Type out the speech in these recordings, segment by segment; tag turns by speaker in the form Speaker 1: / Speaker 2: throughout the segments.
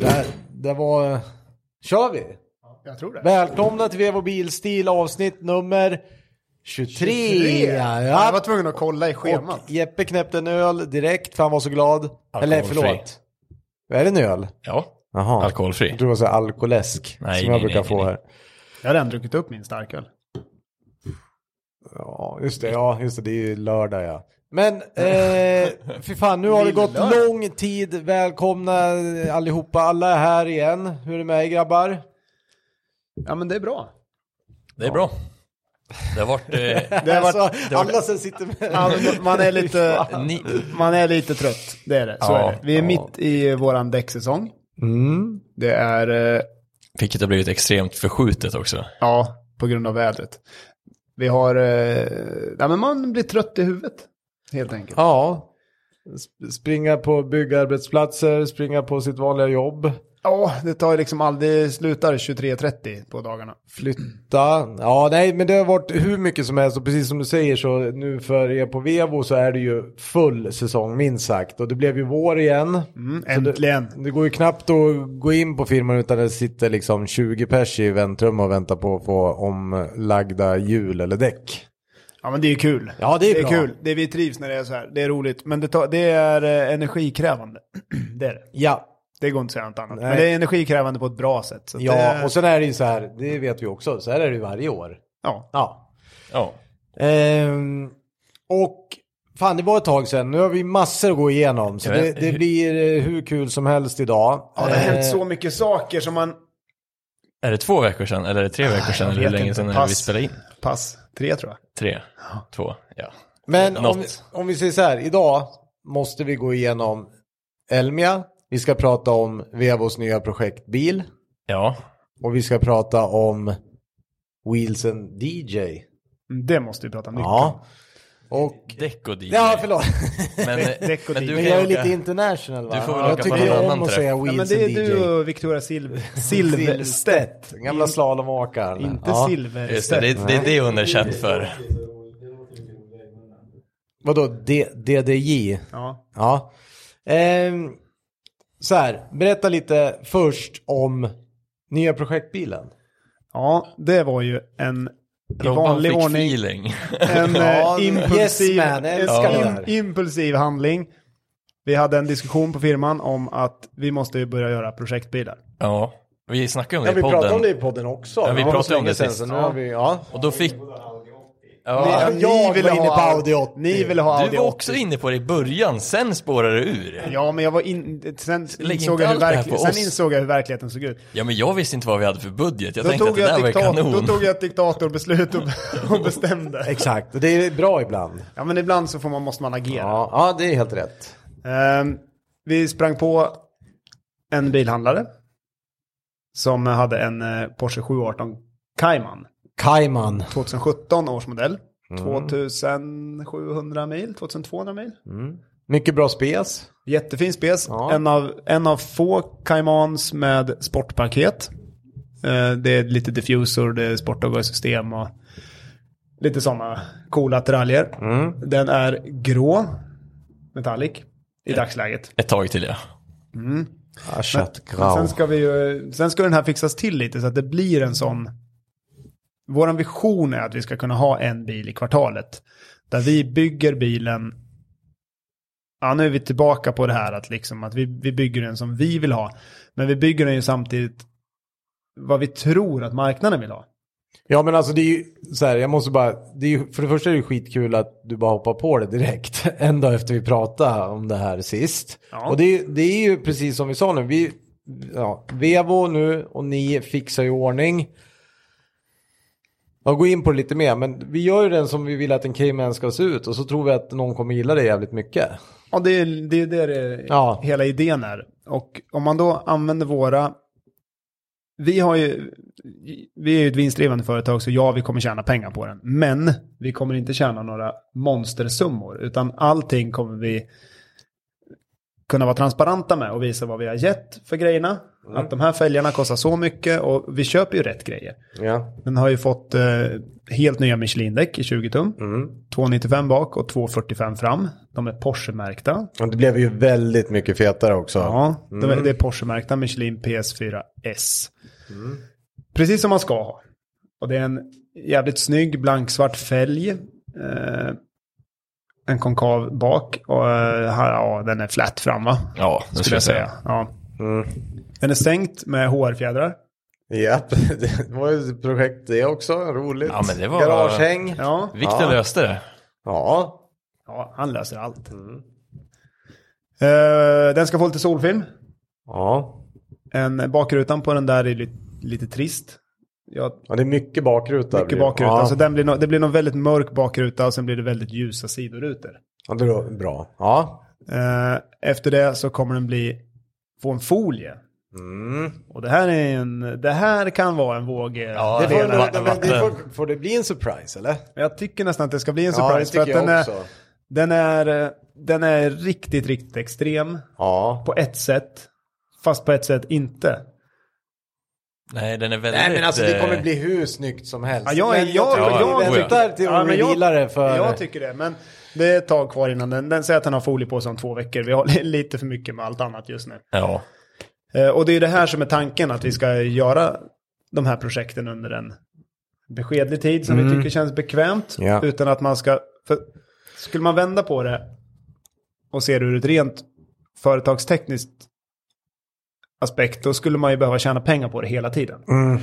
Speaker 1: Där, det var... Kör vi?
Speaker 2: Jag tror det.
Speaker 1: Välkomna till Vevo Bilstil avsnitt nummer 23. Ja,
Speaker 2: Jag var tvungen att kolla i schemat.
Speaker 1: Och Jeppe knäppte en öl direkt för han var så glad. Eller
Speaker 3: Alkoholfri.
Speaker 1: förlåt. Är det en öl?
Speaker 3: Ja,
Speaker 1: Jaha.
Speaker 3: alkoholfri.
Speaker 1: Jag tror det var så här alkoläsk
Speaker 3: Nej,
Speaker 1: som jag
Speaker 3: nej,
Speaker 1: brukar
Speaker 3: nej,
Speaker 1: få
Speaker 3: nej.
Speaker 1: här.
Speaker 2: Jag har redan druckit upp min starköl.
Speaker 1: Ja, just det. Ja, just det. Det är ju lördag, ja. Men, eh, fy fan, nu har det gått
Speaker 2: Lill-lördag.
Speaker 1: lång tid. Välkomna allihopa. Alla är här igen. Hur är det med er grabbar?
Speaker 2: Ja men det är bra.
Speaker 3: Det är bra. Det har varit... Eh,
Speaker 2: Det har varit,
Speaker 1: alltså, alla som sitter med...
Speaker 2: man, man, är lite,
Speaker 3: ni,
Speaker 2: man är lite trött, det är det. Så
Speaker 3: Ja,
Speaker 2: är det. Vi är mitt i våran däcksäsong.
Speaker 1: Mm.
Speaker 2: Det är, eh,
Speaker 3: vilket har blivit extremt förskjutet också.
Speaker 2: ja, på grund av vädret. Vi har, eh, ja men man blir trött i huvudet. Helt enkelt.
Speaker 1: Ja. Sp- Springa på byggarbetsplatser, springa på sitt vanliga jobb,
Speaker 2: Ja, det tar ju liksom aldrig, slutar 23.30 på dagarna.
Speaker 1: flytta. Ja, nej, men det har varit hur mycket som helst och precis som du säger så nu för er på Vevo så är det ju full säsong minst sagt och det blev ju vår igen.
Speaker 2: Mm, äntligen.
Speaker 1: Det går ju knappt att gå in på firman utan det sitter liksom 20 pers i väntrum och väntar på att få omlagda hjul eller däck.
Speaker 2: Ja men det är ju kul.
Speaker 1: Ja, det är bra.
Speaker 2: kul. Det, vi trivs när det är så här. Det är roligt. Men det, tar, det är eh, energikrävande. det är det.
Speaker 1: Ja,
Speaker 2: Det går inte att säga något annat.
Speaker 1: Nej.
Speaker 2: Men det är energikrävande på ett bra sätt. Så att
Speaker 1: ja,
Speaker 2: det,
Speaker 1: och sen är det ju så här, det vet vi också, så här är det ju varje år.
Speaker 2: ja.
Speaker 1: Ja.
Speaker 3: Ja.
Speaker 1: Ehm, och fan, det var ett tag sedan. Nu har vi massor att gå igenom. Så
Speaker 3: Jag
Speaker 1: det,
Speaker 3: vet-
Speaker 1: det blir eh, hur kul som helst idag.
Speaker 2: ja, det har hänt
Speaker 1: Eh,
Speaker 2: så mycket saker som man...
Speaker 3: Är det två veckor sedan eller är det tre veckor sedan?
Speaker 2: jag
Speaker 3: Eller hur
Speaker 2: vet
Speaker 3: länge
Speaker 2: inte.
Speaker 3: sedan är det
Speaker 2: Pass.
Speaker 3: vi spelade in?
Speaker 2: Pass. Tre tror jag.
Speaker 3: Tre, två, ja.
Speaker 1: Men om,
Speaker 3: något.
Speaker 1: om vi säger så här, idag måste vi gå igenom Elmia. Vi ska prata om Vevos nya projektbil.
Speaker 3: Ja,
Speaker 1: Och vi ska prata om Wheels and DJ.
Speaker 2: Mm, Det måste vi prata mycket om.
Speaker 1: Ja. Och...
Speaker 3: däck och DJ.
Speaker 1: Ja, förlåt.
Speaker 3: Men, eh,
Speaker 2: Däck och
Speaker 3: men
Speaker 2: DJ.
Speaker 3: du
Speaker 1: Men
Speaker 3: kan
Speaker 1: jag är
Speaker 3: ju åka-
Speaker 1: lite international va?
Speaker 3: Du får väl
Speaker 1: jag
Speaker 3: åka på
Speaker 1: tycker
Speaker 3: någon
Speaker 1: ju om
Speaker 3: annan
Speaker 1: att
Speaker 3: träff.
Speaker 1: säga
Speaker 2: Ja,
Speaker 1: Wheels
Speaker 2: men det är
Speaker 1: and DJ.
Speaker 2: du och Victoria Silv... Silvstedt.
Speaker 1: Silverstedt. Gamla slalomåkaren.
Speaker 2: Inte
Speaker 3: Just det,
Speaker 2: Silverstedt.
Speaker 3: det, det är det hon är känd för.
Speaker 1: Vadå D- DDJ?
Speaker 2: Ja.
Speaker 1: Ja. Ehm, så här, berätta lite först om nya projektbilen.
Speaker 2: ja, det var ju en... I
Speaker 3: Robban
Speaker 2: vanlig
Speaker 3: fick
Speaker 2: ordning.
Speaker 3: feeling.
Speaker 2: En
Speaker 1: Ja,
Speaker 2: eh, impulsiv,
Speaker 1: yes, man, jag älskar
Speaker 2: en
Speaker 1: det
Speaker 2: im-
Speaker 1: där.
Speaker 2: impulsiv handling. Vi hade en diskussion på firman om att vi måste ju börja göra projektbilar.
Speaker 3: Ja, vi snackade om det
Speaker 1: Ja, vi
Speaker 3: i podden.
Speaker 1: pratade om det i podden också.
Speaker 3: Ja, vi
Speaker 1: Det var
Speaker 3: pratade
Speaker 1: så
Speaker 3: om
Speaker 1: länge
Speaker 3: det
Speaker 1: sedan,
Speaker 3: sist.
Speaker 1: så nu har vi, ja.
Speaker 3: Och då fick...
Speaker 2: Ni-
Speaker 3: Ja,
Speaker 1: jag var inne på Audi 80.
Speaker 2: Ni ville ha Audi
Speaker 3: du var
Speaker 2: 80.
Speaker 3: också inne på det i början, sen spårade det ur.
Speaker 2: Ja, men jag var in... sen,
Speaker 3: inte
Speaker 2: insåg jag hur
Speaker 3: allt det här
Speaker 2: verklig...
Speaker 3: på
Speaker 2: sen
Speaker 3: oss.
Speaker 2: insåg jag hur verkligheten såg ut.
Speaker 3: Ja, men jag visste inte vad vi hade för budget. Jag
Speaker 2: Då
Speaker 3: tänkte att
Speaker 2: tog
Speaker 3: det
Speaker 2: jag,
Speaker 3: där var ju
Speaker 2: diktat... Då
Speaker 3: kanon.
Speaker 2: tog jag ett diktatorbeslut och, och bestämde.
Speaker 1: Exakt, och det är bra ibland.
Speaker 2: Ja, men ibland så får man, måste man agera.
Speaker 1: Ja, ja, det är helt rätt.
Speaker 2: Ehm, vi sprang på en bilhandlare som hade en eh, Porsche 718 Cayman.
Speaker 1: Kajman.
Speaker 2: 2017 års modell. 2700 mil, 2200 mil.
Speaker 1: Mycket bra spes.
Speaker 2: Jättefin spes.
Speaker 1: Ja.
Speaker 2: En, av, en av få Caymans med sportpaket. Eh, det är lite diffusor, det är sportavgassystem och lite sådana coola attiraljer. Den är grå, metallic, i dagsläget.
Speaker 3: Ett tag till, ja.
Speaker 1: Ja,
Speaker 2: Men
Speaker 1: köttgrau.
Speaker 2: sen ska, vi ju, sen ska den här fixas till lite så att det blir en sån... Vår vision är att vi ska kunna ha en bil i kvartalet. Där vi bygger bilen... Ja, nu är vi tillbaka på det här att, liksom, att vi, vi bygger den som vi vill ha. Men vi bygger den ju samtidigt vad vi tror att marknaden vill ha.
Speaker 1: Ja men alltså det är ju så här, jag måste bara, det är ju, för det första är det ju skitkul att du bara hoppar på det direkt. En dag efter vi pratade om det här sist.
Speaker 2: Ja.
Speaker 1: Och det, är ju- det är ju precis som vi sa nu, vi, ja, Vevo nu och ni fixar i ordning. Jag går in på det lite mer, men vi gör ju den som vi vill att en Cayman ska se ut och så tror vi att någon kommer gilla det jävligt mycket.
Speaker 2: Ja, det är det, är det, det
Speaker 1: Ja.
Speaker 2: hela idén är. Och om man då använder våra vi har ju, vi är ju ett vinstdrivande företag så ja, vi kommer tjäna pengar på den. Men vi kommer inte tjäna några monstersummor utan allting kommer vi kunna vara transparenta med och visa vad vi har gett för grejerna.
Speaker 1: Mm.
Speaker 2: Att de här fälgarna kostar så mycket och vi köper ju rätt grejer.
Speaker 1: Ja.
Speaker 2: Den har ju fått eh, helt nya Michelin-däck i 20 tum.
Speaker 1: Mm.
Speaker 2: 295 bak och 245 fram. De är Porsche-märkta.
Speaker 1: Och det blev ju väldigt mycket fetare också.
Speaker 2: Ja, de är,
Speaker 1: Mm.
Speaker 2: det är Porsche-märkta Michelin PS4 S. Precis som man ska ha. Och det är en jävligt snygg blanksvart fälg. Eh, en konkav bak och eh, här, ja, den är flat fram va?
Speaker 3: Ja, det
Speaker 2: Skulle jag säga. Ja.
Speaker 1: Mm.
Speaker 2: Den är sänkt med HR-fjädrar.
Speaker 1: Japp, det var ju ett projekt det också. Roligt.
Speaker 3: Ja, men det var-
Speaker 1: Garagehäng. Ja.
Speaker 2: Ja.
Speaker 3: Vikten
Speaker 1: Ja.
Speaker 3: löste det.
Speaker 2: ja, han löser allt.
Speaker 1: Mm.
Speaker 2: Eh, den ska få lite solfilm.
Speaker 1: Ja.
Speaker 2: En bakrutan på den där är lite, lite trist. Jag
Speaker 1: ja, det är mycket bakruta.
Speaker 2: Mycket
Speaker 1: blir-
Speaker 2: bakruta.
Speaker 1: Ja.
Speaker 2: Så den blir no- det blir nog väldigt mörk bakruta och sen blir det väldigt ljusa sidorutor.
Speaker 1: Ja, det var bra. Ja.
Speaker 2: Eh, efter det så kommer den bli, få en folie.
Speaker 1: Mm.
Speaker 2: Och det här, är en, det här kan vara en våg. eh,
Speaker 3: Ja,
Speaker 2: det
Speaker 1: Det
Speaker 2: vet
Speaker 1: får,
Speaker 3: Hela
Speaker 2: jag.
Speaker 1: men, men, det får,
Speaker 3: vatten.
Speaker 1: får det bli en surprise eller?
Speaker 2: jag tycker nästan att det ska bli en
Speaker 1: ja, det
Speaker 2: surprise.
Speaker 1: tycker jag
Speaker 2: för att den,
Speaker 1: också.
Speaker 2: Är, den, är, eh, den är riktigt, riktigt extrem.
Speaker 1: Ja.
Speaker 2: På ett sätt. Fast på ett sätt inte.
Speaker 3: Nej, den är väldigt...
Speaker 1: Nej men alltså det kommer
Speaker 3: eh,
Speaker 1: bli hur snyggt som helst.
Speaker 2: Ja, jag,
Speaker 1: men
Speaker 2: jag, jag,
Speaker 3: tycker-
Speaker 2: jag,
Speaker 1: jag
Speaker 3: jag
Speaker 1: väntar till
Speaker 2: ja,
Speaker 1: ja,
Speaker 2: men jag-
Speaker 1: det för...
Speaker 2: Jag tycker det, men det är ett tag kvar innan den. Den säger att den har folie på sig om två veckor. Vi har lite för mycket med allt annat just nu.
Speaker 3: Ja.
Speaker 2: Eh, Och det är det här som är tanken, att vi ska göra de här projekten under en beskedlig tid som vi tycker känns bekvämt.
Speaker 1: Ja.
Speaker 2: Utan att man ska... För skulle man vända på det och se det ur ett rent företagstekniskt aspekt, då skulle man ju behöva tjäna pengar på det hela tiden.
Speaker 1: Mm.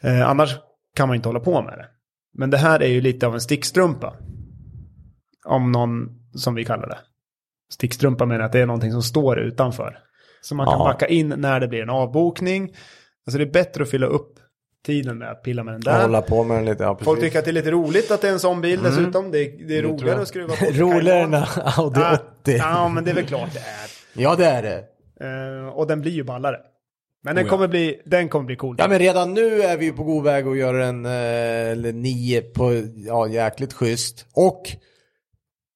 Speaker 2: Eh, annars kan man inte hålla på med det. Men det här är ju lite av en stickstrumpa. Om någon, som vi kallar det. Stickstrumpa menar att det är någonting som står utanför. Som man kan
Speaker 1: Ja.
Speaker 2: backa in när det blir en avbokning. Alltså det är bättre att fylla upp tiden med att pilla med den
Speaker 1: Och
Speaker 2: där.
Speaker 1: hålla på med den lite. Ja,
Speaker 2: Folk
Speaker 1: precis.
Speaker 2: tycker att det är lite roligt att det är en sån bil dessutom. Det är, det är
Speaker 1: tror
Speaker 2: roligare
Speaker 1: jag.
Speaker 2: att skruva på.
Speaker 1: Roligare än Audi
Speaker 2: Ja,
Speaker 1: 80.
Speaker 2: Ja, men det är väl klart det är.
Speaker 1: Ja det är det.
Speaker 2: Eh, och den blir ju ballare. Men den
Speaker 3: Oh ja.
Speaker 2: kommer bli, den kommer bli cool.
Speaker 1: Ja men redan nu är vi ju på god väg att göra en eh, eller nio på ja, jäkligt schysst. Och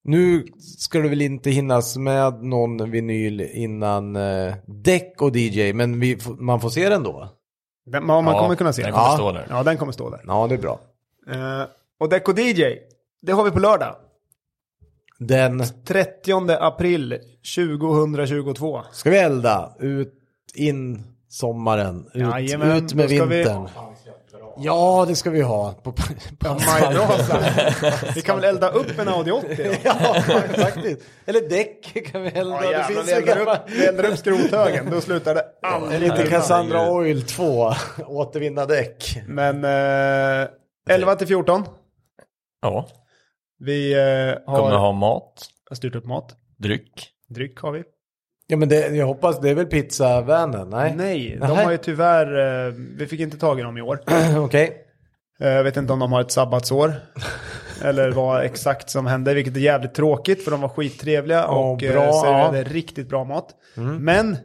Speaker 1: nu ska det väl inte hinnas med någon vinyl innan eh, däck och DJ men vi, f- man får se den då.
Speaker 2: Den, man man
Speaker 3: ja,
Speaker 2: kommer kunna se
Speaker 3: den.
Speaker 2: den.
Speaker 3: kommer
Speaker 1: Ja.
Speaker 3: stå där.
Speaker 2: Ja, den kommer stå där.
Speaker 1: Ja det är bra.
Speaker 2: Eh, och Deco DJ, det har vi på lördag.
Speaker 1: Den
Speaker 2: 30 april 2022.
Speaker 1: ska vi elda ut in sommaren, ut,
Speaker 2: Jajamän,
Speaker 1: ut med
Speaker 2: då ska vi-
Speaker 1: vintern. Ja det ska vi ha. På, på, på
Speaker 2: Majbrasa. Vi kan väl elda upp en Audi 80 då?
Speaker 1: Ja, faktiskt. Eller däck kan vi elda.
Speaker 2: Ja,
Speaker 1: det
Speaker 2: jävlar,
Speaker 1: finns
Speaker 2: vi,
Speaker 1: ju
Speaker 2: eldar
Speaker 1: gammal...
Speaker 2: upp, vi eldar upp skrothögen, då slutar det aldrig.
Speaker 1: Lite
Speaker 3: Herregud.
Speaker 1: Cassandra Oil 2, återvinna däck.
Speaker 2: Men eh, 11 till 14.
Speaker 3: Ja.
Speaker 2: Vi eh,
Speaker 3: Kommer
Speaker 2: har
Speaker 3: ha mat,
Speaker 2: styrt upp mat.
Speaker 3: dryck.
Speaker 2: Dryck har vi.
Speaker 1: Ja men det, jag hoppas, det är väl pizzavännen? Nej?
Speaker 2: Nej, de
Speaker 1: Nej.
Speaker 2: har ju tyvärr, eh, vi fick inte tag i dem i år.
Speaker 1: Okej.
Speaker 2: Eh, Jag vet inte om de har ett sabbatsår. eller vad exakt som hände, vilket är jävligt tråkigt för de var skittrevliga
Speaker 1: Ja,
Speaker 2: och eh,
Speaker 1: bra, Mm.
Speaker 2: serverade riktigt bra mat. Men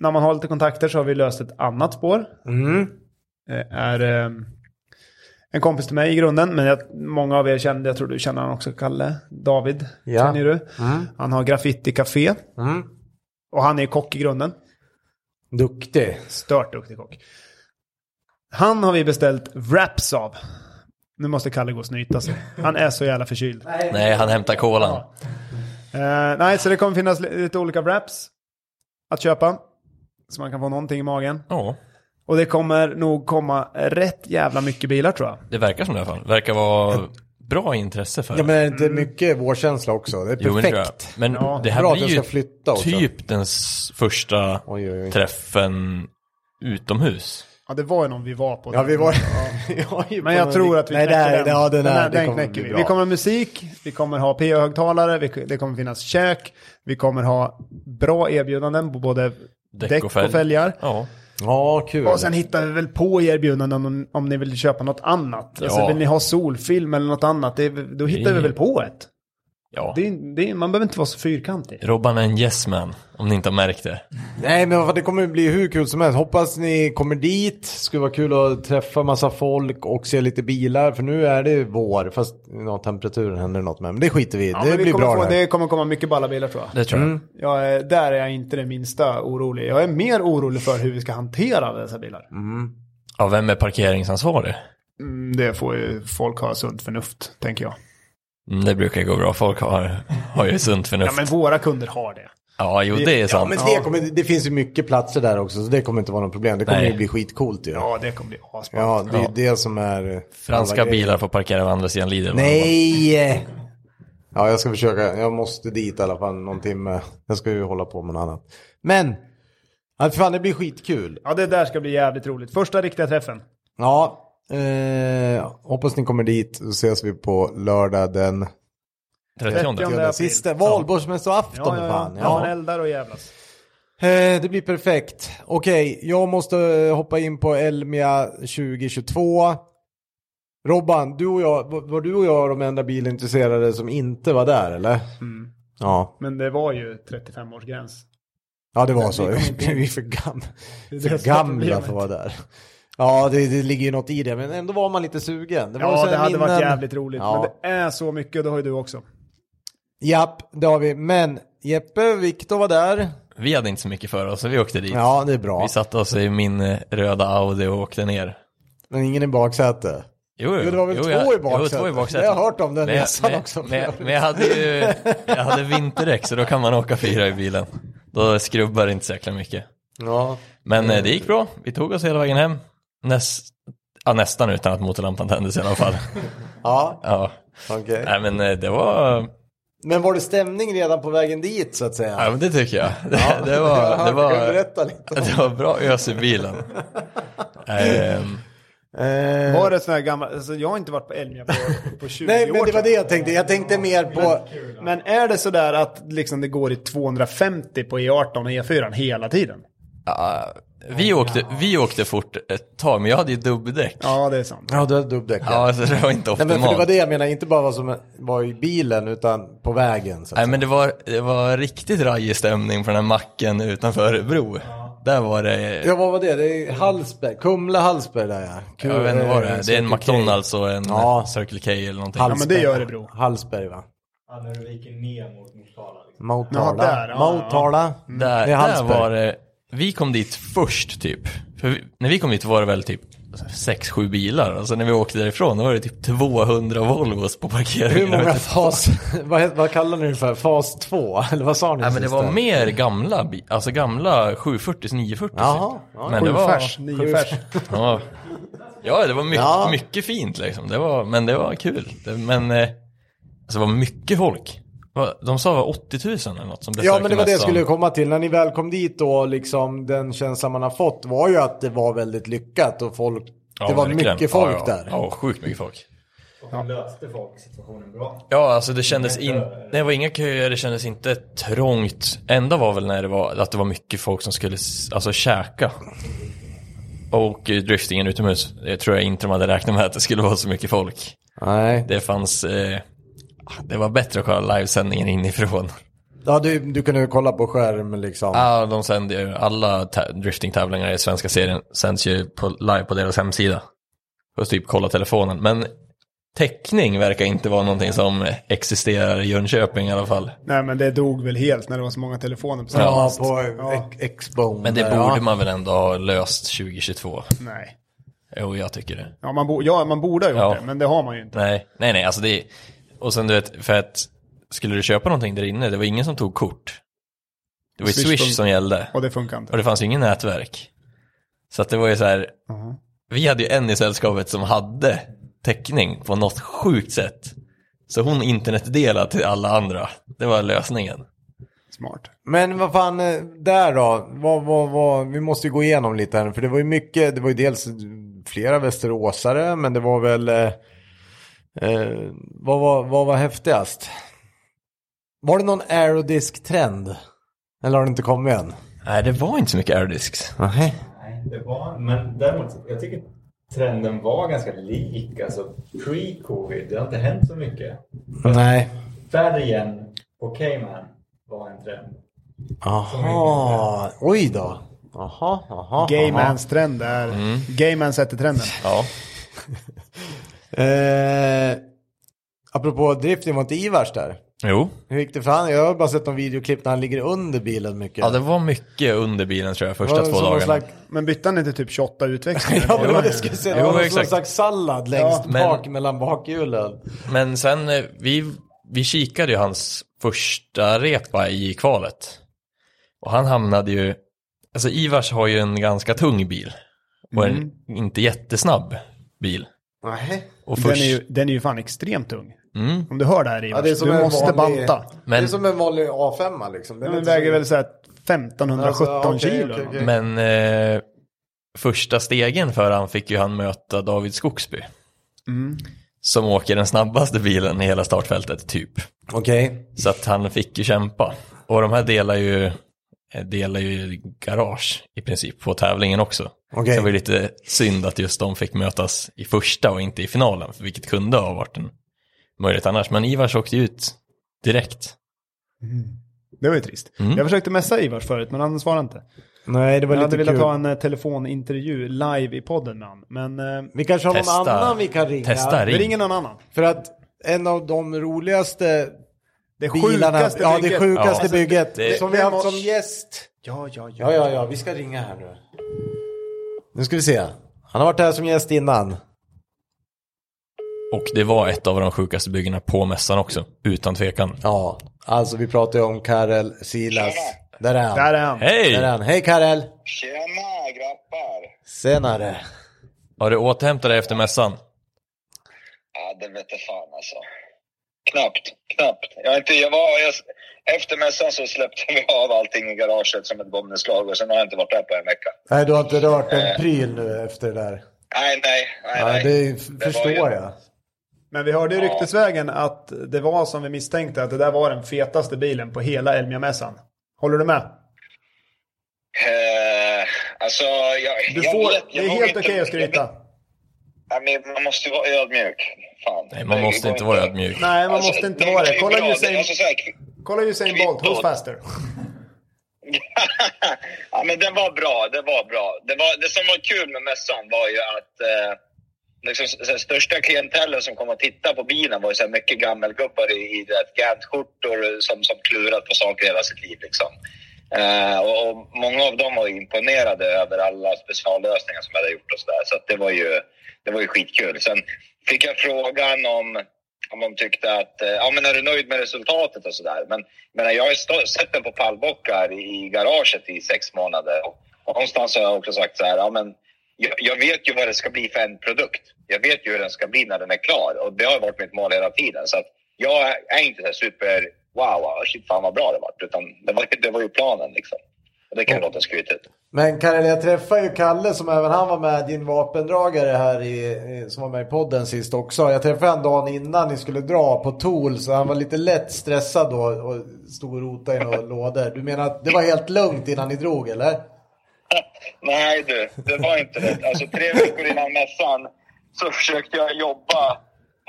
Speaker 2: när man har lite kontakter så har vi löst ett annat spår.
Speaker 1: Mm.
Speaker 2: Eh, Är eh, en kompis till mig i grunden, men jag, många av er kände, jag tror du känner han också, Kalle, David,
Speaker 1: Ja.
Speaker 2: känner du. Han har Graffiti Café
Speaker 1: Mm.
Speaker 2: och han är kock i grunden.
Speaker 1: Duktig.
Speaker 2: Stört duktig kock. Han har vi beställt wraps av. Nu måste Kalle gå och snyta sig. Han är så jävla förkyld. Nej,
Speaker 3: Nej, han hämtar kolan.
Speaker 2: nej så det kommer finnas li- lite olika wraps att köpa. Så man kan få någonting i magen.
Speaker 3: Ja,
Speaker 2: Och det kommer nog komma rätt jävla mycket bilar tror jag.
Speaker 3: det verkar som det i alla fall. Verkar vara bra intresse för
Speaker 1: Ja
Speaker 3: det.
Speaker 1: men är det inte
Speaker 2: Mm.
Speaker 1: mycket vårkänsla också? Det är
Speaker 3: Jo, men det tror jag.
Speaker 1: perfekt.
Speaker 3: Men
Speaker 2: Ja,
Speaker 3: det här
Speaker 1: bra att
Speaker 3: blir
Speaker 1: jag
Speaker 3: ju
Speaker 1: ska flytta också.
Speaker 3: typ den s- första
Speaker 1: Oj, oj, oj.
Speaker 3: träffen utomhus.
Speaker 2: Ja, det var ju någon vi var på.
Speaker 1: Ja vi var...
Speaker 2: Men jag tror att vi
Speaker 1: Nej,
Speaker 2: knäcker
Speaker 1: där,
Speaker 2: den.
Speaker 1: Ja den,
Speaker 2: den,
Speaker 1: här,
Speaker 2: här-
Speaker 1: det
Speaker 2: den
Speaker 1: kommer
Speaker 2: knäcker
Speaker 1: bli
Speaker 2: vi.
Speaker 1: bra.
Speaker 2: Vi kommer ha musik, vi kommer ha PA-högtalare, vi- det kommer finnas käk, vi kommer ha bra erbjudanden på både
Speaker 3: Däck
Speaker 2: däck
Speaker 3: och
Speaker 2: och
Speaker 3: fälg.
Speaker 2: fälgar.
Speaker 3: Ja,
Speaker 1: Ja kul.
Speaker 2: Och sen hittar vi väl på erbjudanden om, om ni vill köpa något annat. Alltså
Speaker 3: Ja.
Speaker 2: vill ni ha solfilm eller något annat, det, då hittar vi väl på ett.
Speaker 3: Ja.
Speaker 2: Det är, det är, man behöver inte vara så fyrkantig.
Speaker 3: Robban är en yes man, om ni inte har märkt det.
Speaker 1: Nej men vad- det kommer bli hur kul som helst. Hoppas ni kommer dit. Skulle vara kul att träffa massa folk och se lite bilar. För nu är det vår. Fast ja, temperaturen händer något med. Men det skiter vi i.
Speaker 2: Ja,
Speaker 1: det
Speaker 2: men vi
Speaker 1: blir
Speaker 2: kommer
Speaker 1: bra
Speaker 2: få,
Speaker 1: det här.
Speaker 2: Det kommer komma mycket balla bilar tror jag.
Speaker 3: Det tror jag.
Speaker 1: Mm.
Speaker 2: jag är, där är jag inte det minsta orolig. Jag är mer orolig för hur vi ska hantera alla dessa bilar.
Speaker 3: Ja, vem är parkeringsansvarig?
Speaker 2: Mm, det får ju folk ha sunt förnuft, tänker jag.
Speaker 3: Mm, det brukar gå bra, folk har, har ju sunt
Speaker 2: Ja,
Speaker 3: förnuft. Ja,
Speaker 2: men våra kunder har det.
Speaker 3: jo det är
Speaker 1: Ja,
Speaker 3: sant.
Speaker 1: men det, kommer, det finns ju mycket platser där också. Så det kommer inte vara något problem. Det kommer
Speaker 3: Nej.
Speaker 1: ju bli skitcoolt ju. Ja,
Speaker 2: Ja, det kommer bli asbra.
Speaker 1: det är ju det som är... eh,
Speaker 3: Franska
Speaker 1: alla grejer.
Speaker 3: bilar får parkera vid andra sidan Lidl.
Speaker 1: Nej! Ja, jag ska försöka. Jag måste dit i alla fall någon timme. Jag ska ju hålla på med något annat. Men! Ja, för fan, det blir skitkul.
Speaker 2: Ja, det där ska bli jävligt roligt. Första riktiga träffen.
Speaker 1: Ja, eh, hoppas ni kommer dit. Så ses vi på lördag den
Speaker 3: 30
Speaker 2: 30.
Speaker 1: ja,
Speaker 2: april.
Speaker 1: sista valborgsmässoafton.
Speaker 2: Ja, ja, ja.
Speaker 1: fan.
Speaker 2: ja.
Speaker 1: Ja.
Speaker 2: Man eldar och jävlas.
Speaker 1: Eh, det blir perfekt. Okej, jag måste eh, hoppa in på Elmia 2022. Robban, du och jag, var- var du och jag de enda bilintresserade som inte var där eller?
Speaker 2: Mm.
Speaker 1: Ja,
Speaker 2: Men det var ju 35-årsgräns.
Speaker 1: ja det var
Speaker 2: Nej,
Speaker 1: så.
Speaker 2: vi kom inte in.
Speaker 1: Vi är för gamla,
Speaker 2: Det är det som är
Speaker 1: för gamla
Speaker 2: problemet.
Speaker 1: för att vara där. Ja, det, det ligger ju något i det, men ändå var man lite sugen. Det var så
Speaker 2: Ja,
Speaker 1: här
Speaker 2: det hade varit
Speaker 1: minnen.
Speaker 2: jävligt roligt.
Speaker 1: Ja.
Speaker 2: Men det är så mycket, och det har ju du också.
Speaker 1: Japp, det har vi. Men Jeppe, Viktor var där.
Speaker 3: Vi hade inte så mycket för oss, så vi åkte dit.
Speaker 1: Ja, det är bra.
Speaker 3: Vi satte oss i min eh, röda Audi och åkte ner.
Speaker 1: Men ingen i baksäte.
Speaker 3: Jo,
Speaker 1: Jo, det var väl två i baksätet.
Speaker 3: Jo, två i baksätet.
Speaker 1: Det har jag hört om den
Speaker 3: Men jag-
Speaker 1: resan
Speaker 3: men-
Speaker 1: också.
Speaker 3: Men, men jag hade ju jag hade vinterdäck, så då kan man åka fyra i bilen. Då skrubbar det inte så jäkla mycket.
Speaker 1: Ja.
Speaker 3: Men eh, det gick bra. Vi tog oss hela vägen hem. Näst, ja, nästan utan att motorlampan tändes i alla fall.
Speaker 1: Ja,
Speaker 3: Ja.
Speaker 1: okej.
Speaker 3: Nej, men eh, det var...
Speaker 1: Men var det stämning redan på vägen dit så att säga?
Speaker 3: Ja, men det tycker jag. Det, det var... Det
Speaker 1: Jag kan
Speaker 3: var,
Speaker 1: berätta lite.
Speaker 3: det var bra ös i bilen. Ehm,
Speaker 1: Eh,
Speaker 2: Var det sån här gammal, alltså jag har inte varit på Elmia på, på 20
Speaker 1: nej,
Speaker 2: år.
Speaker 1: men det var
Speaker 2: tror
Speaker 1: det
Speaker 2: jag.
Speaker 1: jag tänkte. Jag tänkte mer på...
Speaker 2: Men är det sådär att liksom det går i 250 på E18 och E4 hela tiden?
Speaker 3: ja, vi, åkte, vi åkte fort ett tag, men jag hade ju dubbdäck.
Speaker 2: Ja, det är sant.
Speaker 1: Ja, du hade dubbdäck.
Speaker 3: Ja, alltså, det var inte
Speaker 1: Nej,
Speaker 3: optimalt.
Speaker 1: men för det var det jag menade. Inte bara vad som var i bilen, utan på vägen. Så att
Speaker 3: Nej
Speaker 1: säga.
Speaker 3: men det var, det var riktigt rajig stämning på den här macken utanför Örebro. Där var det,
Speaker 1: Ja, vad var det? Det är Hallsberg. Kumla Hallsberg där ja. Kul,
Speaker 3: jag vet inte vad det
Speaker 1: eh,
Speaker 3: är, det är en
Speaker 1: Circle K.
Speaker 3: McDonalds och en
Speaker 1: Ja.
Speaker 3: Circle K eller någonting.
Speaker 1: Hallsberg.
Speaker 2: men det gör Örebro.
Speaker 1: Hallsberg va?
Speaker 4: Ja, när du viker ner mot Motala. Liksom.
Speaker 1: Motala.
Speaker 2: Ja, där, ja,
Speaker 3: Mm.
Speaker 1: Motala.
Speaker 3: Där,
Speaker 1: Det är
Speaker 3: där
Speaker 1: Hallsberg.
Speaker 3: var det, vi kom dit först typ. För vi, när vi kom dit var det väl typ 6-7 bilar. Alltså när vi åkte därifrån då var det typ 200 Volvos på
Speaker 1: Hur
Speaker 3: parkeringen. Jag
Speaker 1: många
Speaker 3: vet inte.
Speaker 1: fas, vad, he- vad kallar ni det för? Fas 2? Eller vad sa ni?
Speaker 3: Nej men det
Speaker 1: sist
Speaker 3: var
Speaker 1: där?
Speaker 3: mer gamla, bi- alltså gamla 740 940
Speaker 1: Jaha,
Speaker 3: typ.
Speaker 1: ja.
Speaker 3: Men
Speaker 2: Sju
Speaker 3: det var,
Speaker 2: färs, nio färs.
Speaker 3: Ja, ja det var mycket,
Speaker 1: Ja.
Speaker 3: mycket fint liksom. Det var, men det var kul. Det, men eh, alltså, det var mycket folk. Va- De sa det var 80 000 eller något som
Speaker 1: Ja
Speaker 3: besökte
Speaker 1: men det var det jag
Speaker 3: mässan.
Speaker 1: skulle komma till. När ni väl kom dit då, liksom, den känslan man har fått var ju att det var väldigt lyckat och folk,
Speaker 3: Ja,
Speaker 1: det var
Speaker 3: verkligen.
Speaker 1: mycket folk
Speaker 3: ja, ja.
Speaker 1: där.
Speaker 3: Ja, sjukt mycket folk.
Speaker 4: Och ja. löste folk situationen bra.
Speaker 3: Ja, alltså det kändes inte, det var inga köer, det kändes inte trångt. Enda var väl när det var, att det var mycket folk som skulle, s- alltså käka. Och eh, driftingen utomhus. Det tror jag inte de hade räknat med att det skulle vara så mycket folk.
Speaker 1: Nej.
Speaker 3: Det fanns, eh, det var bättre att kolla livesändningen inifrån.
Speaker 1: Ja, du, du kunde ju kolla på skärm liksom.
Speaker 3: Ja, de sänder ju, alla ta- driftingtävlingar i svenska serien sänds ju på, live på deras hemsida. Och typ kolla telefonen. Men täckning verkar inte vara någonting som existerar i Jönköping i alla fall.
Speaker 2: Nej, men det dog väl helt när det var så många telefoner på samma
Speaker 1: Ja,
Speaker 2: mast.
Speaker 1: på
Speaker 2: Ja.
Speaker 1: Ex- Xbone.
Speaker 3: Men det
Speaker 1: där,
Speaker 3: borde
Speaker 1: ja.
Speaker 3: man väl ändå ha löst 2022?
Speaker 2: Nej.
Speaker 3: Jo, jag tycker det.
Speaker 2: Ja man, bo, ja, man borde ha gjort
Speaker 3: Ja.
Speaker 2: det, men det har man ju inte.
Speaker 3: Nej, nej, nej, alltså det är... Och sen du vet, för att skulle du köpa någonting där inne, det var ingen som tog kort. Det var ju
Speaker 2: Swish
Speaker 3: Swish
Speaker 2: som-
Speaker 3: som gällde.
Speaker 2: Och det funkar inte.
Speaker 3: Och det fanns ju ingen nätverk. Så att det var ju så här,
Speaker 2: Mhm.
Speaker 3: vi hade ju en i sällskapet som hade täckning på något sjukt sätt. Så hon internetdelade till alla andra. Det var lösningen.
Speaker 2: Smart.
Speaker 1: Men vad fan, eh, där då? Vad, vad, vad, vi måste ju gå igenom lite här nu, för det var ju mycket, det var ju dels flera västeråsare, men det var väl, eh, eh, vad, var vad var häftigast? Var det någon aerodisk-trend? Eller har det inte kommit än?
Speaker 3: Nej, det var inte så mycket airdisks.
Speaker 1: Nej.
Speaker 4: Nej, det var Men däremot, jag tycker trenden var ganska lik. Alltså pre-covid. Det har inte hänt så mycket.
Speaker 1: Nej.
Speaker 4: Färgen på Cayman var en trend.
Speaker 1: Aha, oj då. Aha, aha, aha.
Speaker 2: Gaymans trend är...
Speaker 3: Mm.
Speaker 2: Gayman sätter trenden.
Speaker 3: Ja.
Speaker 1: Eh, apropå drifting, var inte Ivars där?
Speaker 3: Jo.
Speaker 1: Hur gick det för han? Jag har bara sett någon videoklipp när han ligger under bilen mycket.
Speaker 3: Ja, det var mycket under bilen tror jag första
Speaker 1: Var det
Speaker 3: två
Speaker 1: som någon
Speaker 3: dagarna.
Speaker 1: slags-
Speaker 2: Men bytte han inte typ 28 utväxlingar?
Speaker 1: Ja, men det var det jag skulle säga.
Speaker 3: Jo,
Speaker 1: det var någon
Speaker 3: exakt.
Speaker 1: slags sallad längst
Speaker 3: men-
Speaker 1: bak mellan bakhjulen.
Speaker 3: Men sen, eh, vi, vi kikade ju hans första repa i kvalet. Och han hamnade ju, alltså Ivars har ju en ganska tung bil. Och
Speaker 2: Mm.
Speaker 3: en inte jättesnabb bil.
Speaker 1: Nej.
Speaker 3: Och
Speaker 2: Den är,
Speaker 3: först,
Speaker 2: ju, den är ju fan extremt tung.
Speaker 3: mm,
Speaker 2: Om du hör det här
Speaker 1: Ja,
Speaker 2: Ivars,
Speaker 1: det är som
Speaker 2: du
Speaker 1: en
Speaker 2: måste
Speaker 1: vanlig-
Speaker 2: banta.
Speaker 1: Det är
Speaker 3: men,
Speaker 1: som en vanlig A5 liksom. Den
Speaker 2: Den väger väl såhär 1517
Speaker 1: Alltså, okej,
Speaker 2: kilo.
Speaker 1: okej, okej.
Speaker 3: men eh, första stegen för han fick ju han möta David Skogsby.
Speaker 2: Mm.
Speaker 3: Som åker den snabbaste bilen i hela startfältet, typ.
Speaker 1: Okej.
Speaker 3: Så att han fick ju kämpa. Och de här delar ju, eh, delar ju garage i princip på tävlingen också.
Speaker 1: Okej.
Speaker 3: Sen var det lite synd att just de fick mötas i första och inte i finalen, för vilket kunde ha varit en möjlighet annars. Men Ivars åkte ju ut direkt.
Speaker 2: Det var ju trist.
Speaker 3: Mm.
Speaker 2: Jag försökte messa Ivars förut, men han svarade inte.
Speaker 1: Nej, det var
Speaker 2: Jag hade
Speaker 1: lite
Speaker 2: velat
Speaker 1: kul.
Speaker 2: ha en eh, telefonintervju live i podden med han. Men eh,
Speaker 1: Vi kanske har någon
Speaker 3: Testa.
Speaker 1: annan vi kan ringa.
Speaker 3: Testa,
Speaker 2: vi
Speaker 3: Ring.
Speaker 2: ringer någon annan.
Speaker 1: För att en av de roligaste
Speaker 2: Det
Speaker 1: bilarna.
Speaker 2: sjukaste
Speaker 1: ja, det
Speaker 2: bygget.
Speaker 1: sjukaste
Speaker 3: Ja.
Speaker 1: bygget.
Speaker 3: Det-
Speaker 1: som vi
Speaker 2: det
Speaker 1: har haft
Speaker 2: var-
Speaker 1: som gäst.
Speaker 2: Ja, ja, ja.
Speaker 1: Ja, ja, ja, vi ska ringa här nu. Nu ska vi se. Han har varit här som gäst innan.
Speaker 3: Och det var ett av de sjukaste byggena på mässan också, utan tvekan.
Speaker 1: Ja, alltså vi pratar ju om Karel Silas. Där är han.
Speaker 2: Där är han.
Speaker 1: Där är
Speaker 3: Hej!
Speaker 1: han. Hej Karel!
Speaker 5: Tjena grappar!
Speaker 1: Senare.
Speaker 3: Har du återhämtat dig efter mässan?
Speaker 5: Ja, det vete fan alltså. Knappt, knappt. Jag, har inte, jag var, jag, efter mässan så släppte vi av allting i garaget som ett bombnedslag och sen har jag inte varit där på en vecka.
Speaker 1: Nej, du har inte rört en pryl nu efter det där.
Speaker 5: Nej, nej, nej.
Speaker 1: Ja,
Speaker 5: nej.
Speaker 1: det f- förstår
Speaker 5: ju-
Speaker 1: jag.
Speaker 2: Men vi hörde i ryktesvägen att det var som vi misstänkte, att det där var den fetaste bilen på hela Elmia-mässan. Håller du med?
Speaker 5: Eh, alltså, jag,
Speaker 2: Du
Speaker 5: jag
Speaker 2: får, det
Speaker 5: vet, jag
Speaker 2: är
Speaker 5: vågar
Speaker 2: helt
Speaker 5: inte-
Speaker 2: okej att skryta.
Speaker 5: Jag vet- nej, men man måste ju vara ödmjuk. Fan.
Speaker 3: Nej, man
Speaker 5: Det
Speaker 3: måste
Speaker 5: går
Speaker 3: inte vara ödmjuk.
Speaker 2: Nej, man
Speaker 5: Alltså,
Speaker 2: måste inte
Speaker 5: de
Speaker 2: vara
Speaker 5: var
Speaker 2: det.
Speaker 5: ju
Speaker 2: Kolla
Speaker 5: bra.
Speaker 2: Usain,
Speaker 5: Alltså, så här,
Speaker 2: kolla Usain Bolt, who's faster?
Speaker 5: ja, men den var bra. Den var bra. Det, var, det som var kul med mässan var ju att eh, liksom, så här, största klientellen som kom och tittade på bilen var ju så här, mycket gammelgubbar i, i du vet, Gant-skjortor som, som klurat på saker hela sitt liv. Liksom. Eh, och, och många av dem var ju imponerade över alla speciallösningar som jag hade gjort och sådär. Så att det var ju det var ju skitkul. Sen fick jag frågan om, om de tyckte att, eh, ja men är du nöjd med resultatet och sådär. Men, men jag har ju stå, sett den på pallbockar i garaget i sex månader. Och någonstans har jag också sagt så här, ja men jag, jag vet ju vad det ska bli för en produkt. Jag vet ju hur den ska bli när den är klar och det har varit mitt mål hela tiden. Så att jag är inte så här super, wow, wow, shit fan vad bra det vart. Utan det var, ju- det var ju planen liksom. Och det kan ju låta skrytigt.
Speaker 1: Men Karel, jag träffade ju Kalle som även han var med, din vapendragare här i, eh, som var med i podden sist också. Jag träffade honom dagen innan ni skulle dra på Tool så han var lite lätt stressad då och stod och rotade i några lådor. Du menar att det var helt lugnt innan ni drog eller?
Speaker 5: Nej du, det var inte det. Alltså tre veckor innan mässan så försökte jag jobba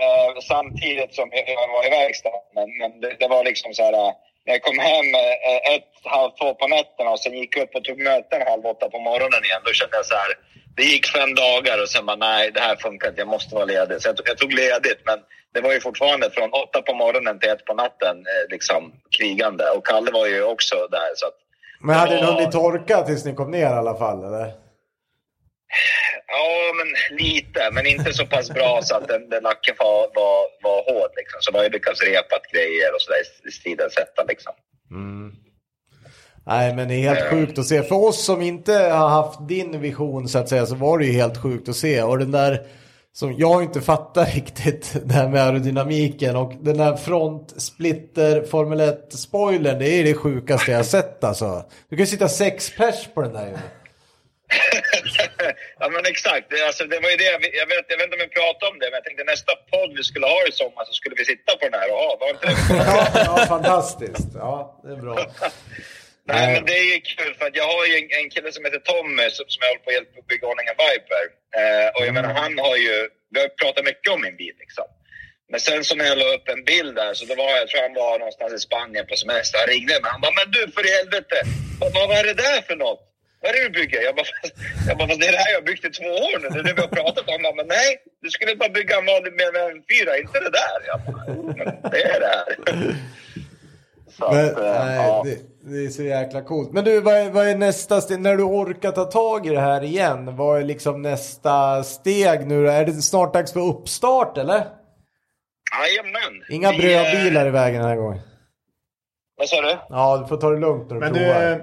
Speaker 5: eh, samtidigt som jag var i verkstaden. Men, men det, det var liksom så här. eh, När jag kom hem eh, ett, halv två på nätterna och sen gick jag upp och tog möten halv åtta på morgonen igen. Då kände jag så här. Det gick fem dagar och sen bara nej, det här funkar inte. Jag måste vara ledig. Så jag, tog- jag tog ledigt. Men det var ju fortfarande från åtta på morgonen till ett på natten eh, liksom krigande. Och Kalle var ju också där. Så att,
Speaker 1: Men hade ni
Speaker 5: Ja.
Speaker 1: hunnit torka tills ni kom ner i alla fall eller?
Speaker 5: Ja, men lite. Men inte så pass bra så att den, den lacken var, var, var hård. Liksom. Så man har ju lyckats repat grejer och sådär i stridens hetta. Liksom.
Speaker 1: Nej men det är helt
Speaker 5: Eh.
Speaker 1: sjukt att se. För oss som inte har haft din vision så att säga så var det ju helt sjukt att se. Och den där som jag inte fattar riktigt det här med aerodynamiken och den där frontsplitter Formel 1 spoilern det är det sjukaste jag har sett alltså. Du kan ju sitta sex pers på den där ju.
Speaker 5: ja, men exakt. Det- Alltså, det var ju det. vi- Jag vet, jag vet inte om vi pratade om det, men jag tänkte nästa podd vi skulle ha i sommar så skulle vi sitta på den här och ha. Var inte det vi
Speaker 1: Ja, ja fantastiskt. Ja det är bra.
Speaker 5: Nej, men det är ju kul för att jag har ju en, en kille som heter Tommy som, som jag håller på att hjälpa att bygga ordning en Viper. Eh, och jag menar, han har ju, vi har pratat mycket om min bil liksom. Men sen som jag la upp en bild där, så det var, jag tror han var någonstans i Spanien på semester. Han ringde mig. Han bara, men du för i helvete! Vad, vad är det där för något? Vad är det du bygger? Jag bara, fast, jag bara, fast det är det här jag har byggt i två år nu. Det är det vi har pratat om. Han bara, men nej, du skulle bara bygga en vanlig med en fyra, inte det där. Jag bara, men det är det här. Så
Speaker 1: Men,
Speaker 5: att, eh,
Speaker 1: nej,
Speaker 5: ja.
Speaker 1: det, det är så jäkla coolt. Men du, vad är, vad är nästa steg? När du orkar ta tag i det här igen, vad är liksom nästa steg nu? då? Är det snart dags för uppstart eller?
Speaker 5: Jajamän.
Speaker 1: Inga
Speaker 5: Vi,
Speaker 1: brödbilar
Speaker 5: eh,
Speaker 1: i vägen den här gången.
Speaker 5: Vad sa du? Eh,
Speaker 1: Ja, du får ta det lugnt när du
Speaker 2: Men du,
Speaker 1: provar.
Speaker 2: eh,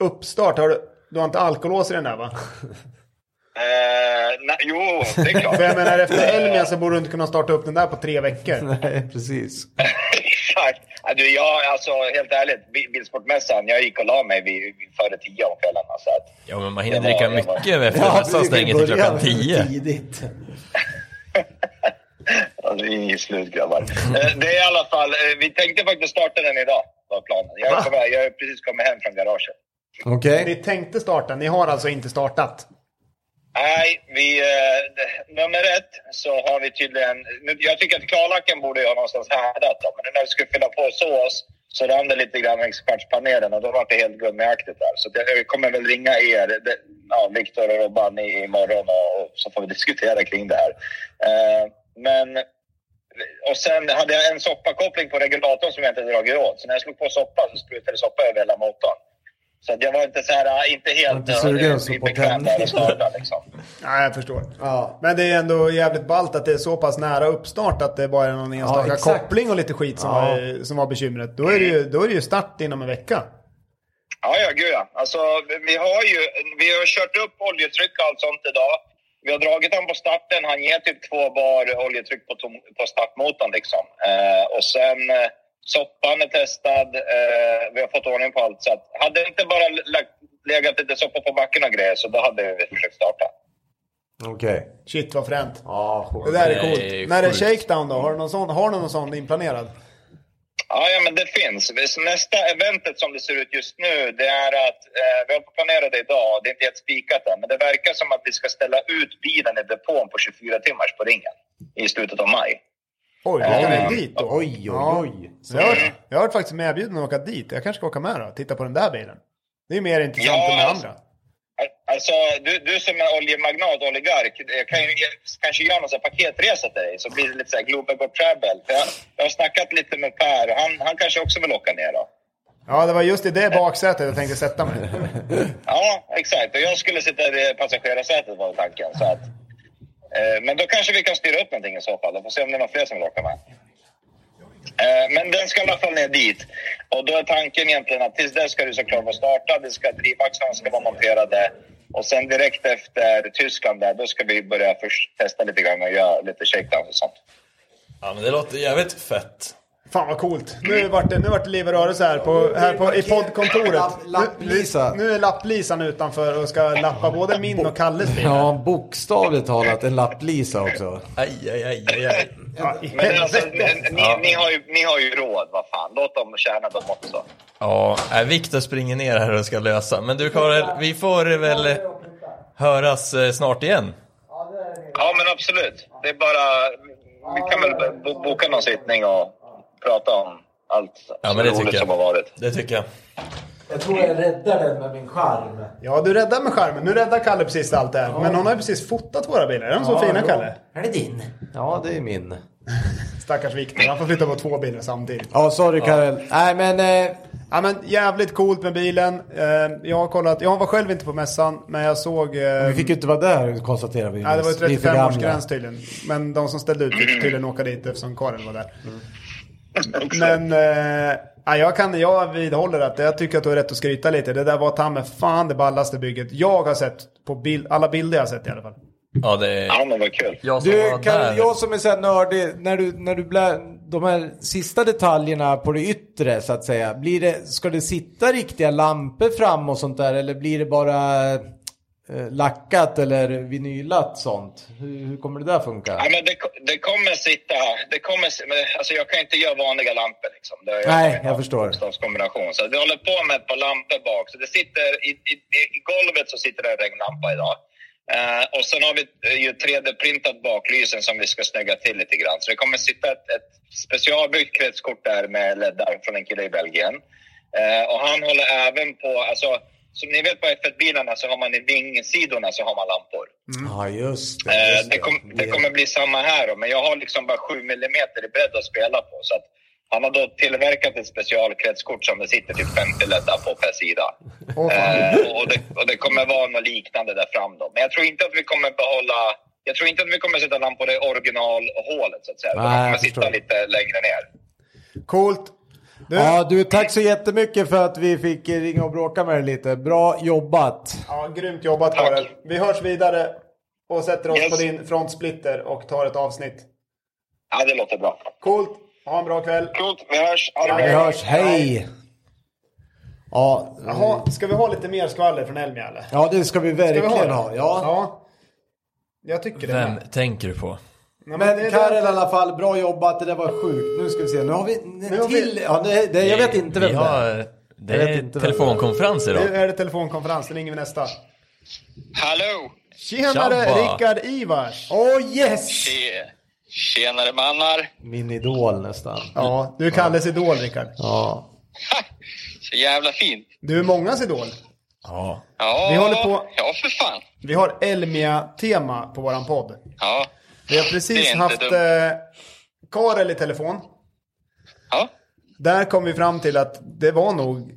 Speaker 2: uppstart, har du, du har inte alkolås i den där va?
Speaker 5: Eh, nej, jo, det är klart.
Speaker 2: För jag menar efter Elmia så borde du inte kunna starta upp den där på tre veckor.
Speaker 1: Nej, precis.
Speaker 5: Exakt. Ja, Du, jag, alltså helt ärligt, Bi- Bilsportmässan, jag gick och la mig vid, vid före tio om kvällarna. Så att,
Speaker 3: Ja, men man hinner
Speaker 5: Det var-
Speaker 3: dricka
Speaker 5: det var-
Speaker 3: mycket efter mässan
Speaker 1: vi- vi
Speaker 3: stänger till
Speaker 1: börjar
Speaker 3: klockan tio.
Speaker 1: Tidigt.
Speaker 5: alltså, inget slut grabbar. Eh, det är i alla fall, eh, vi tänkte faktiskt starta den idag, var planen. Jag
Speaker 2: Va?
Speaker 5: har kommit- jag har precis kommit hem från garaget.
Speaker 1: Okej.
Speaker 2: Ni tänkte starta, ni har alltså inte startat.
Speaker 5: Nej, vi, eh, d- nummer ett så har vi tydligen... Nu, jag tycker att klarlacken borde ju ha någonstans härdat då, men nu när vi skulle fylla på sås så rann det lite grann med kvartspanelen och då var det helt gummiaktigt där. Så det, jag kommer väl ringa er, det, ja, Viktor och Robban i, imorgon och, och så får vi diskutera kring det här. Eh, men... Och sen hade jag en soppakoppling på regulatorn som jag inte dragit åt. Så när jag slog på soppa så sprutade soppa över hela motorn. Så att jag var inte så här, ah, inte helt...
Speaker 1: Inte sugen att slå på
Speaker 5: bekväm där och starta liksom.
Speaker 2: Nej, jag förstår.
Speaker 1: Ja.
Speaker 2: Men det är ändå jävligt ballt att det är så pass nära uppstart att det bara är någon enstaka
Speaker 1: exakt.
Speaker 2: koppling och lite skit som,
Speaker 1: Ja.
Speaker 2: var, som var bekymret. Då är, det ju, då är det ju start inom en vecka.
Speaker 5: Ja, ja, gud ja. Alltså, vi- vi har ju vi har kört upp oljetryck och allt sånt idag. Vi har dragit han på starten. Han ger typ två bar oljetryck på, tom, på startmotorn liksom. Eh, och sen eh, soppan är testad. Eh, vi har fått ordning på allt. Så att, hade det inte bara lagt, legat lite soppa på backen och grejer så då hade vi försökt starta.
Speaker 1: Okej.
Speaker 2: Shit vad fränt.
Speaker 1: Ja,
Speaker 2: Det där är
Speaker 3: Nej,
Speaker 2: coolt.
Speaker 3: sjukt.
Speaker 2: När är shakedown då? Har du någon sån, har du någon sån inplanerad?
Speaker 5: Ja, ja, men det finns. Så Nästa eventet som det ser ut just nu, det är att eh, vi har planerat det idag. Det är inte helt spikat än, men det verkar som att vi ska ställa ut bilen i depån på 24 timmars på ringen i slutet av maj.
Speaker 2: Oj,
Speaker 5: Ja,
Speaker 2: åker
Speaker 5: ja.
Speaker 2: ni dit då?
Speaker 1: Oj, oj,
Speaker 2: Ja.
Speaker 1: oj.
Speaker 2: Jag har, jag har varit faktiskt med erbjuden att åka dit. Jag kanske ska åka med då. Titta på den där bilen. Det är mer intressant
Speaker 5: Ja,
Speaker 2: än det
Speaker 5: alltså.
Speaker 2: andra.
Speaker 5: Alltså, du, du som är oljemagnat och oligark, jag kan ju ge- kanske göra någon sån här paketresa till dig så blir det lite så här Globegot Travel. För Jag, jag har snackat lite med Per, han, han kanske också vill åka ner då.
Speaker 2: Ja, det var just i det baksätet jag tänkte sätta mig.
Speaker 5: Ja, exakt. Och jag skulle sitta i det passagerarsätet var tanken. Så att, eh, men då kanske vi kan styra upp någonting i så fall. Då får se om det är någon fler som vill åka med. Eh, men den ska i alla fall ner dit. Och då är tanken egentligen att tills dess ska du såklart vara startad. Det ska, drivaxlarna ska vara monterade. Och sen direkt efter Tyskland där, då ska vi börja först testa lite grann och göra lite shakedowns och sånt.
Speaker 3: Ja, men det låter jävligt fett.
Speaker 2: Fan vad coolt. Nu vart det, nu vart det liv och rörelse här, på, här på, i poddkontoret.
Speaker 1: Lapp- Lapplisa.
Speaker 2: Nu, nu är lapplisan utanför och ska lappa både min och Kalles bil.
Speaker 1: Ja, bokstavligt talat en lapplisa också.
Speaker 3: Aj, aj, aj, aj, aj.
Speaker 2: Ja, i
Speaker 5: Men alltså, ni,
Speaker 2: helvete.
Speaker 5: ni, ni, har ju, ni har ju råd, vad fan. Låt dem tjäna dem också.
Speaker 3: Ja, nej, Viktor springer ner här och ska lösa. Men du Karel, vi får väl eh, höras eh, snart igen.
Speaker 5: Ja, men absolut. Det är bara... Vi kan väl bo- boka någon sittning och prata om allt
Speaker 3: Ja,
Speaker 5: som
Speaker 3: men det
Speaker 5: roligt
Speaker 3: tycker jag.
Speaker 5: som har varit.
Speaker 3: Det tycker jag.
Speaker 1: Jag tror jag räddar den med min charm.
Speaker 2: Ja, du räddar med skärmen. Nu räddar Kalle precis allt det här. Men hon har ju precis fotat våra bilar. Är de så fina Kalle?
Speaker 1: Är det din? Ja, det är min.
Speaker 2: Stackars Viktor. Han får flytta på två bilar samtidigt.
Speaker 1: Ja, sorry Karel. Nej, men... Eh,
Speaker 2: Ja men jävligt coolt med bilen. Eh, Jag har kollat. Jag var själv inte på mässan. Men jag såg... eh,
Speaker 1: vi fick ju inte vara där konstaterar vi.
Speaker 2: Ja, det var
Speaker 1: Vi är för
Speaker 2: 35-årsgräns tydligen. Men de som ställde ut fick tydligen åka dit eftersom Karin var där.
Speaker 5: Mm.
Speaker 2: Men eh, ja, jag, kan, jag vidhåller att jag tycker att du har rätt att skryta lite. Det där var ta mig fan det ballaste bygget jag har sett. På bild, alla bilder jag har sett i alla fall.
Speaker 3: Ja, det...
Speaker 5: Ja, men vad kul.
Speaker 3: Jag som
Speaker 1: Du,
Speaker 3: var
Speaker 1: Karel,
Speaker 3: där.
Speaker 1: jag som är så här nördig, när du, när du blä, de här sista detaljerna på det yttre så att säga, blir det, ska det sitta riktiga lampor fram och sånt där eller blir det bara eh, lackat eller vinylat sånt? Hur, hur kommer det där funka?
Speaker 5: Ja, men det, ko- det kommer sitta... Det kommer, si- men, alltså jag kan inte göra vanliga lampor. Liksom. Det är ju
Speaker 1: Nej,
Speaker 5: en
Speaker 1: jag förstår.
Speaker 5: bokstavskombination. Så vi håller på med ett par lampor bak. Så det sitter, i, i, I golvet så sitter det en regnlampa idag. Eh, och sen har vi eh, ju 3D-printat baklysen som vi ska snygga till lite grann. Så det kommer sitta ett, ett specialbyggt kretskort där med leddar från en kille i Belgien. Eh, och han håller även på, alltså som ni vet på F1-bilarna så har man i vingsidorna så har man lampor.
Speaker 1: Ja, just det.
Speaker 5: Eh,
Speaker 1: Just
Speaker 5: det, kom, det kommer bli samma här då, men jag har liksom bara 7 millimeter i bredd att spela på. Så att han har då tillverkat ett specialkretskort som det sitter typ 50 leddar på per sida.
Speaker 1: Åh, fan.
Speaker 5: Eh, och, det, och det kommer vara något liknande där fram då. Men jag tror inte att vi kommer behålla... Jag tror inte att vi kommer sätta lampor i originalhålet så att säga.
Speaker 1: Nej,
Speaker 5: Nej,
Speaker 1: jag
Speaker 5: kommer
Speaker 1: förstår.
Speaker 5: sitta lite längre ner.
Speaker 2: Coolt. Du,
Speaker 1: Ja,
Speaker 2: ja.
Speaker 1: du, tack så jättemycket för att vi fick eh, ringa och bråka med dig lite. Bra jobbat.
Speaker 2: grymt jobbat
Speaker 5: Tack.
Speaker 2: Karel. Vi hörs vidare och sätter oss
Speaker 5: Yes.
Speaker 2: på din frontsplitter och tar ett avsnitt.
Speaker 5: Ja, det låter bra.
Speaker 2: Coolt. Ha en bra kväll.
Speaker 5: Coolt, vi hörs. Ha det
Speaker 1: Vi
Speaker 5: bra.
Speaker 1: hörs, hej! Ja,
Speaker 2: Jaha, ska vi ha lite mer skvaller från Elmia eller?
Speaker 1: ja det ska vi
Speaker 2: Ska vi
Speaker 1: Mm. verkligen
Speaker 2: ha det?
Speaker 1: ha. Ja.
Speaker 2: Jag tycker det.
Speaker 3: Vem
Speaker 2: med.
Speaker 3: tänker du på?
Speaker 2: Ja,
Speaker 1: Men
Speaker 2: det är
Speaker 1: Karel i
Speaker 2: det.
Speaker 1: alla fall, bra jobbat. Det där var sjukt. Nu ska vi se, nu har vi en
Speaker 2: har vi-
Speaker 1: till. Ja, det, det, jag vet inte vem
Speaker 3: vi
Speaker 1: det är.
Speaker 3: har, det
Speaker 1: Jag vet
Speaker 3: är
Speaker 1: inte vem
Speaker 3: telefonkonferens idag.
Speaker 2: Nu är det telefonkonferens, sen ringer vi nästa.
Speaker 5: Hallå!
Speaker 2: Tjenare
Speaker 3: Tjabba.
Speaker 2: Rickard Ivars!
Speaker 1: Åh oh, yes!
Speaker 5: Tje- Tjenare mannar!
Speaker 1: Min idol nästan.
Speaker 2: Ja, du är Kalles idol Rickard.
Speaker 1: Ja.
Speaker 5: Ha, Så jävla fint.
Speaker 2: Du är mångas idol.
Speaker 3: Ja.
Speaker 5: Ja,
Speaker 2: Vi håller på.
Speaker 5: Ja, för fan.
Speaker 2: Vi har Elmia-tema på våran podd.
Speaker 5: Ja.
Speaker 2: Vi har
Speaker 5: Det är
Speaker 2: precis
Speaker 5: inte
Speaker 2: haft
Speaker 5: dumt.
Speaker 2: eh, Karel i telefon.
Speaker 5: ja.
Speaker 2: Där kom vi fram till att det var nog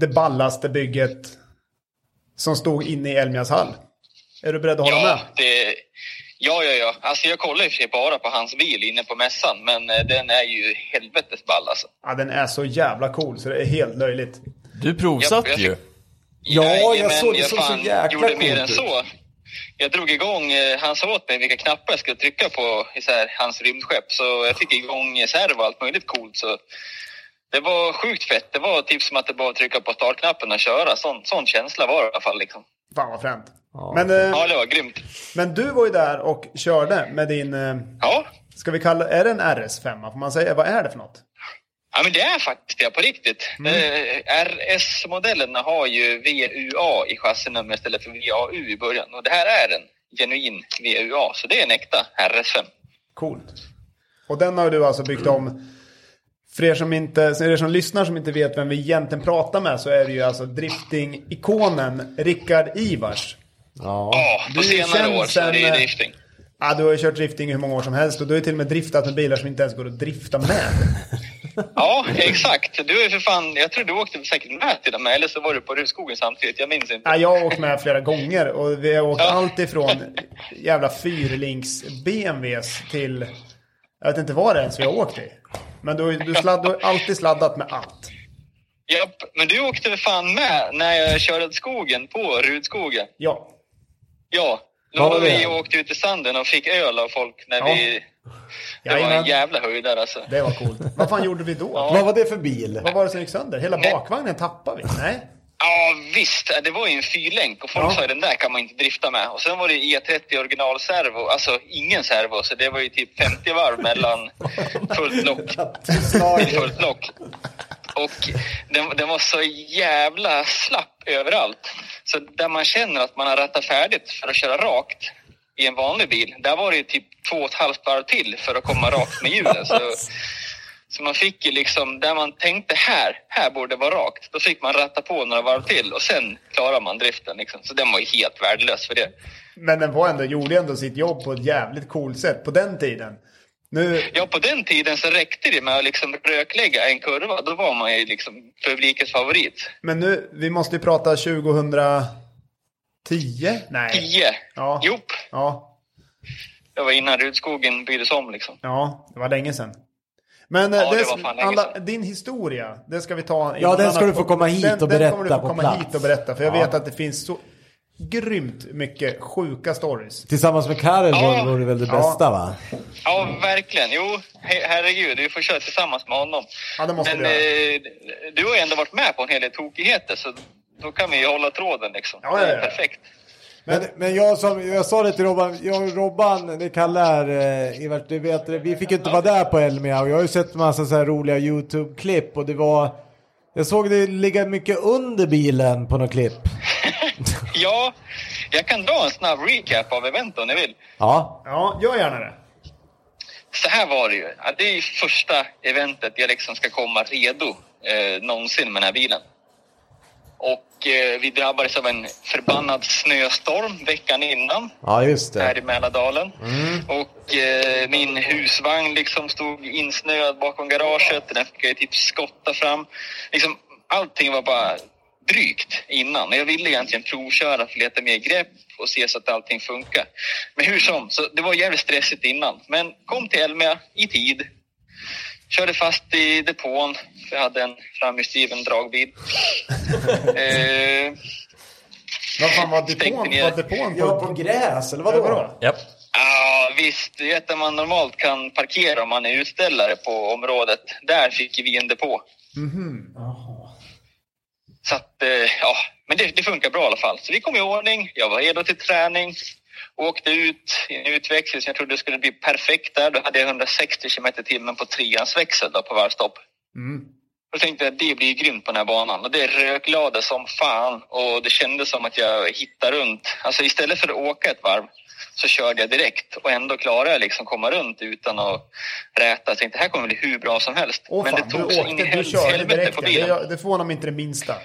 Speaker 2: det ballaste bygget som stod inne i Elmias hall. Är du beredd att hålla
Speaker 5: Ja,
Speaker 2: med?
Speaker 5: det, ja, ja, ja. Alltså jag kollar i och för sig bara på hans bil inne på mässan, men eh, den är ju helvetes ball alltså.
Speaker 2: Ja, den är så jävla cool så det är helt löjligt.
Speaker 3: Du provsatt
Speaker 5: Ja, jag-
Speaker 3: ju.
Speaker 1: Ja, jag
Speaker 5: Jajamän,
Speaker 1: såg- det såg så
Speaker 5: fan
Speaker 1: jäkla
Speaker 5: gjorde mer
Speaker 1: coolt
Speaker 5: än
Speaker 1: ut.
Speaker 5: så. Jag drog igång, eh, han sa åt mig vilka knappar jag skulle trycka på i så här, hans rymdskepp, så jag fick igång eh, servo och allt möjligt coolt. Så det var sjukt fett. Det var typ som att det bara att trycka på startknappen och köra. Sån, sån känsla var det i alla fall. Liksom.
Speaker 2: Fan vad fränt.
Speaker 1: Ja.
Speaker 2: Men, eh,
Speaker 5: Ja, det var grymt.
Speaker 2: men du var ju där och körde med din, eh,
Speaker 5: Ja,
Speaker 2: ska vi kalla är det en RS5? Får man säga, vad är det för något?
Speaker 5: Ja, men det är faktiskt det på riktigt. Eh, RS-modellerna har ju VUA i chassinummer istället för VAU i början. Och det här är en genuin VUA, så det är en äkta RS5.
Speaker 2: Coolt. Och den har du alltså byggt om. För er som, inte, för er som lyssnar som inte vet vem vi egentligen pratar med så är det ju alltså drifting-ikonen Rickard Ivars.
Speaker 1: Ja.
Speaker 5: Ja, på
Speaker 2: du är ju
Speaker 5: senare
Speaker 2: känd
Speaker 5: år så är det ju
Speaker 2: sen, eh,
Speaker 5: drifting.
Speaker 2: Ja, du har ju kört drifting i hur många år som helst och du har ju till och med driftat med bilar som inte ens går att drifta med.
Speaker 5: Ja, exakt. Du är för fan, jag tror du åkte säkert med till och med, eller så var du på Rudskogen samtidigt. Jag minns inte.
Speaker 2: Ja, jag har åkt med flera gånger och vi har åkt
Speaker 5: Ja.
Speaker 2: allt ifrån jävla fyrlinks BMWs till... Jag vet inte vad det ens vi har åkt i. Men du, har ju- du, sladd, du har alltid sladdat med allt.
Speaker 5: Japp, men du åkte för fan med när jag körde åt skogen på Rudskogen.
Speaker 2: Ja,
Speaker 5: Ja, då
Speaker 1: Vad var
Speaker 5: var vi
Speaker 1: det?
Speaker 5: och åkte ut i sanden och fick öl av folk när
Speaker 2: Ja.
Speaker 5: vi... Det var
Speaker 2: Jajamän.
Speaker 5: en jävla höjdare alltså.
Speaker 2: det var coolt. Vad fan gjorde vi då?
Speaker 1: Vad var det för bil?
Speaker 2: Vad var det som gick sönder? Hela bakvagnen tappade vi. Nej.
Speaker 5: Ja visst, det var ju en fyrlänk och folk
Speaker 2: Ja.
Speaker 5: sa ju den där kan man inte drifta med. Och sen var det E30 originalservo, alltså ingen servo, så det var ju typ 50 varv mellan fullt lock till fullt lock. Och den, den var så jävla slapp överallt. Så där man känner att man har rattat färdigt för att köra rakt i en vanlig bil, där var det ju typ två och ett halvt varv till för att komma rakt med hjulen. Så, så man fick ju liksom, där man tänkte här, här borde det vara rakt, då fick man ratta på några varv till och sen klarar man driften. Liksom. Så den var ju helt värdelös för det.
Speaker 2: Men den var ändå, gjorde ändå sitt jobb på ett jävligt coolt sätt på den tiden. Nu,
Speaker 5: Ja, på den tiden så räckte det med att liksom röklägga en kurva, då var man ju liksom publikens favorit.
Speaker 2: men nu, vi måste ju prata 2010? Nej.
Speaker 5: 10.
Speaker 2: Ja.
Speaker 5: Jo,
Speaker 2: Ja,
Speaker 5: det var innan Rudskogen byggdes om liksom.
Speaker 2: ja, det var länge sedan. Men eh,
Speaker 5: Ja,
Speaker 2: det,
Speaker 5: det var fan länge
Speaker 2: alla,
Speaker 5: sedan.
Speaker 2: din historia, det ska vi ta. i
Speaker 1: Ja,
Speaker 2: någon
Speaker 1: den ska
Speaker 2: annan
Speaker 1: du få
Speaker 2: podd.
Speaker 1: komma hit
Speaker 2: den,
Speaker 1: och
Speaker 2: Den kommer du
Speaker 1: berätta
Speaker 2: få
Speaker 1: på
Speaker 2: komma
Speaker 1: plats.
Speaker 2: hit och berätta, för jag
Speaker 1: Ja.
Speaker 2: vet att det finns så grymt mycket sjuka stories.
Speaker 1: Tillsammans med Karel
Speaker 5: Ja.
Speaker 1: var- var det väl det
Speaker 2: Ja.
Speaker 1: bästa va?
Speaker 5: Ja, verkligen. Jo, he- herregud, vi får köra tillsammans med honom.
Speaker 2: Ja, det måste
Speaker 5: Men
Speaker 2: vi
Speaker 5: eh, du har ju ändå varit med på en hel del tokigheter, så då kan vi ju hålla tråden liksom.
Speaker 2: Ja, ja,
Speaker 5: Det är
Speaker 2: ja.
Speaker 5: Perfekt.
Speaker 1: Men, men jag, som, jag sa det till Robban, jag och Robban, det kallar eh, Ivars, du vet det, vi fick ju inte vara där på Elmia och jag har ju sett massa så här roliga YouTube-klipp och det var, jag såg det ligga mycket under bilen på något klipp.
Speaker 5: Ja, jag kan dra en snabb recap av eventet om ni vill.
Speaker 1: Ja,
Speaker 2: Ja, gör gärna det.
Speaker 5: Så här var det ju. Ja, Det är ju första eventet jag liksom ska komma redo eh, någonsin med den här bilen. Och eh, vi drabbades av en förbannad snöstorm veckan innan
Speaker 1: ja just
Speaker 5: här
Speaker 1: det. Mm.
Speaker 5: i Mälardalen. Och eh, min husvagn liksom stod insnöad bakom garaget. Den fick jag ju typ skotta fram. Liksom, allting var bara drygt innan. Och jag ville egentligen provköra för att leta mer grepp och se så att allting funkar. Men hur som, så det var jävligt stressigt innan. Men kom till Elmia i tid. Körde fast i depån. för Jag hade en framhjulsdriven dragbil. eh,
Speaker 2: Vad fan var
Speaker 5: Stängde
Speaker 2: depån,
Speaker 5: ner.
Speaker 2: var depån på?
Speaker 1: på gräs eller
Speaker 2: Vadå?
Speaker 3: Japp.
Speaker 5: Ja, visst. Du vet när man normalt kan parkera om man är utställare på området. Där fick vi en depå. Så att, eh, ja, men det, det funkar bra i alla fall. Så vi kom i ordning. Jag var redo till träning. Åkte ut i en utväxel som jag trodde skulle bli perfekt där. Då hade jag 160 km timmen på treans växel då, på varvstopp.
Speaker 2: Mm.
Speaker 5: Då tänkte jag att det blir ju grymt på den här banan. Och det röklade som fan och det kändes som att jag hittade runt. Alltså istället för att åka ett varv så körde jag direkt och ändå klarade jag liksom komma runt utan att räta. Jag tänkte här kommer det bli hur bra som helst.
Speaker 2: Åh
Speaker 5: Men
Speaker 2: fan,
Speaker 5: det
Speaker 2: du
Speaker 5: tog så in i
Speaker 2: åkte, du körde
Speaker 5: helvete
Speaker 2: direkt.
Speaker 5: på
Speaker 2: ja.
Speaker 5: bilen.
Speaker 2: Det, det förvånar mig inte det minsta.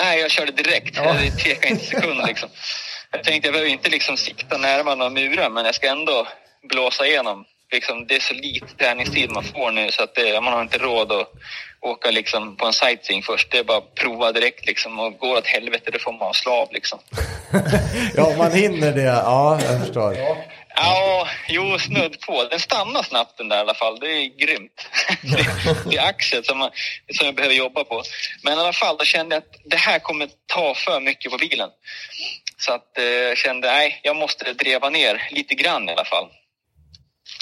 Speaker 5: Nej, jag körde direkt.
Speaker 2: Ja.
Speaker 5: Jag tvekade inte en sekund. Liksom. Jag tänkte jag behöver inte liksom sikta närmare några murar, men jag ska ändå blåsa igenom. Liksom, det är så lite träningstid man får nu så att det, man har inte råd att åka liksom, på en sightseeing först. Det är bara att prova direkt liksom, och går åt helvete då får man vara slav. Liksom.
Speaker 1: Ja, om man hinner det. Ja, jag förstår.
Speaker 5: Ja, jo, snudd på. Den stannar snabbt den där i alla fall. Det är grymt. Det- Det är axeln som, man- som jag behöver jobba på. Men i alla fall, då kände jag att det här kommer ta för mycket på bilen. Så att eh, jag kände, nej, jag måste dreva ner lite grann i alla fall.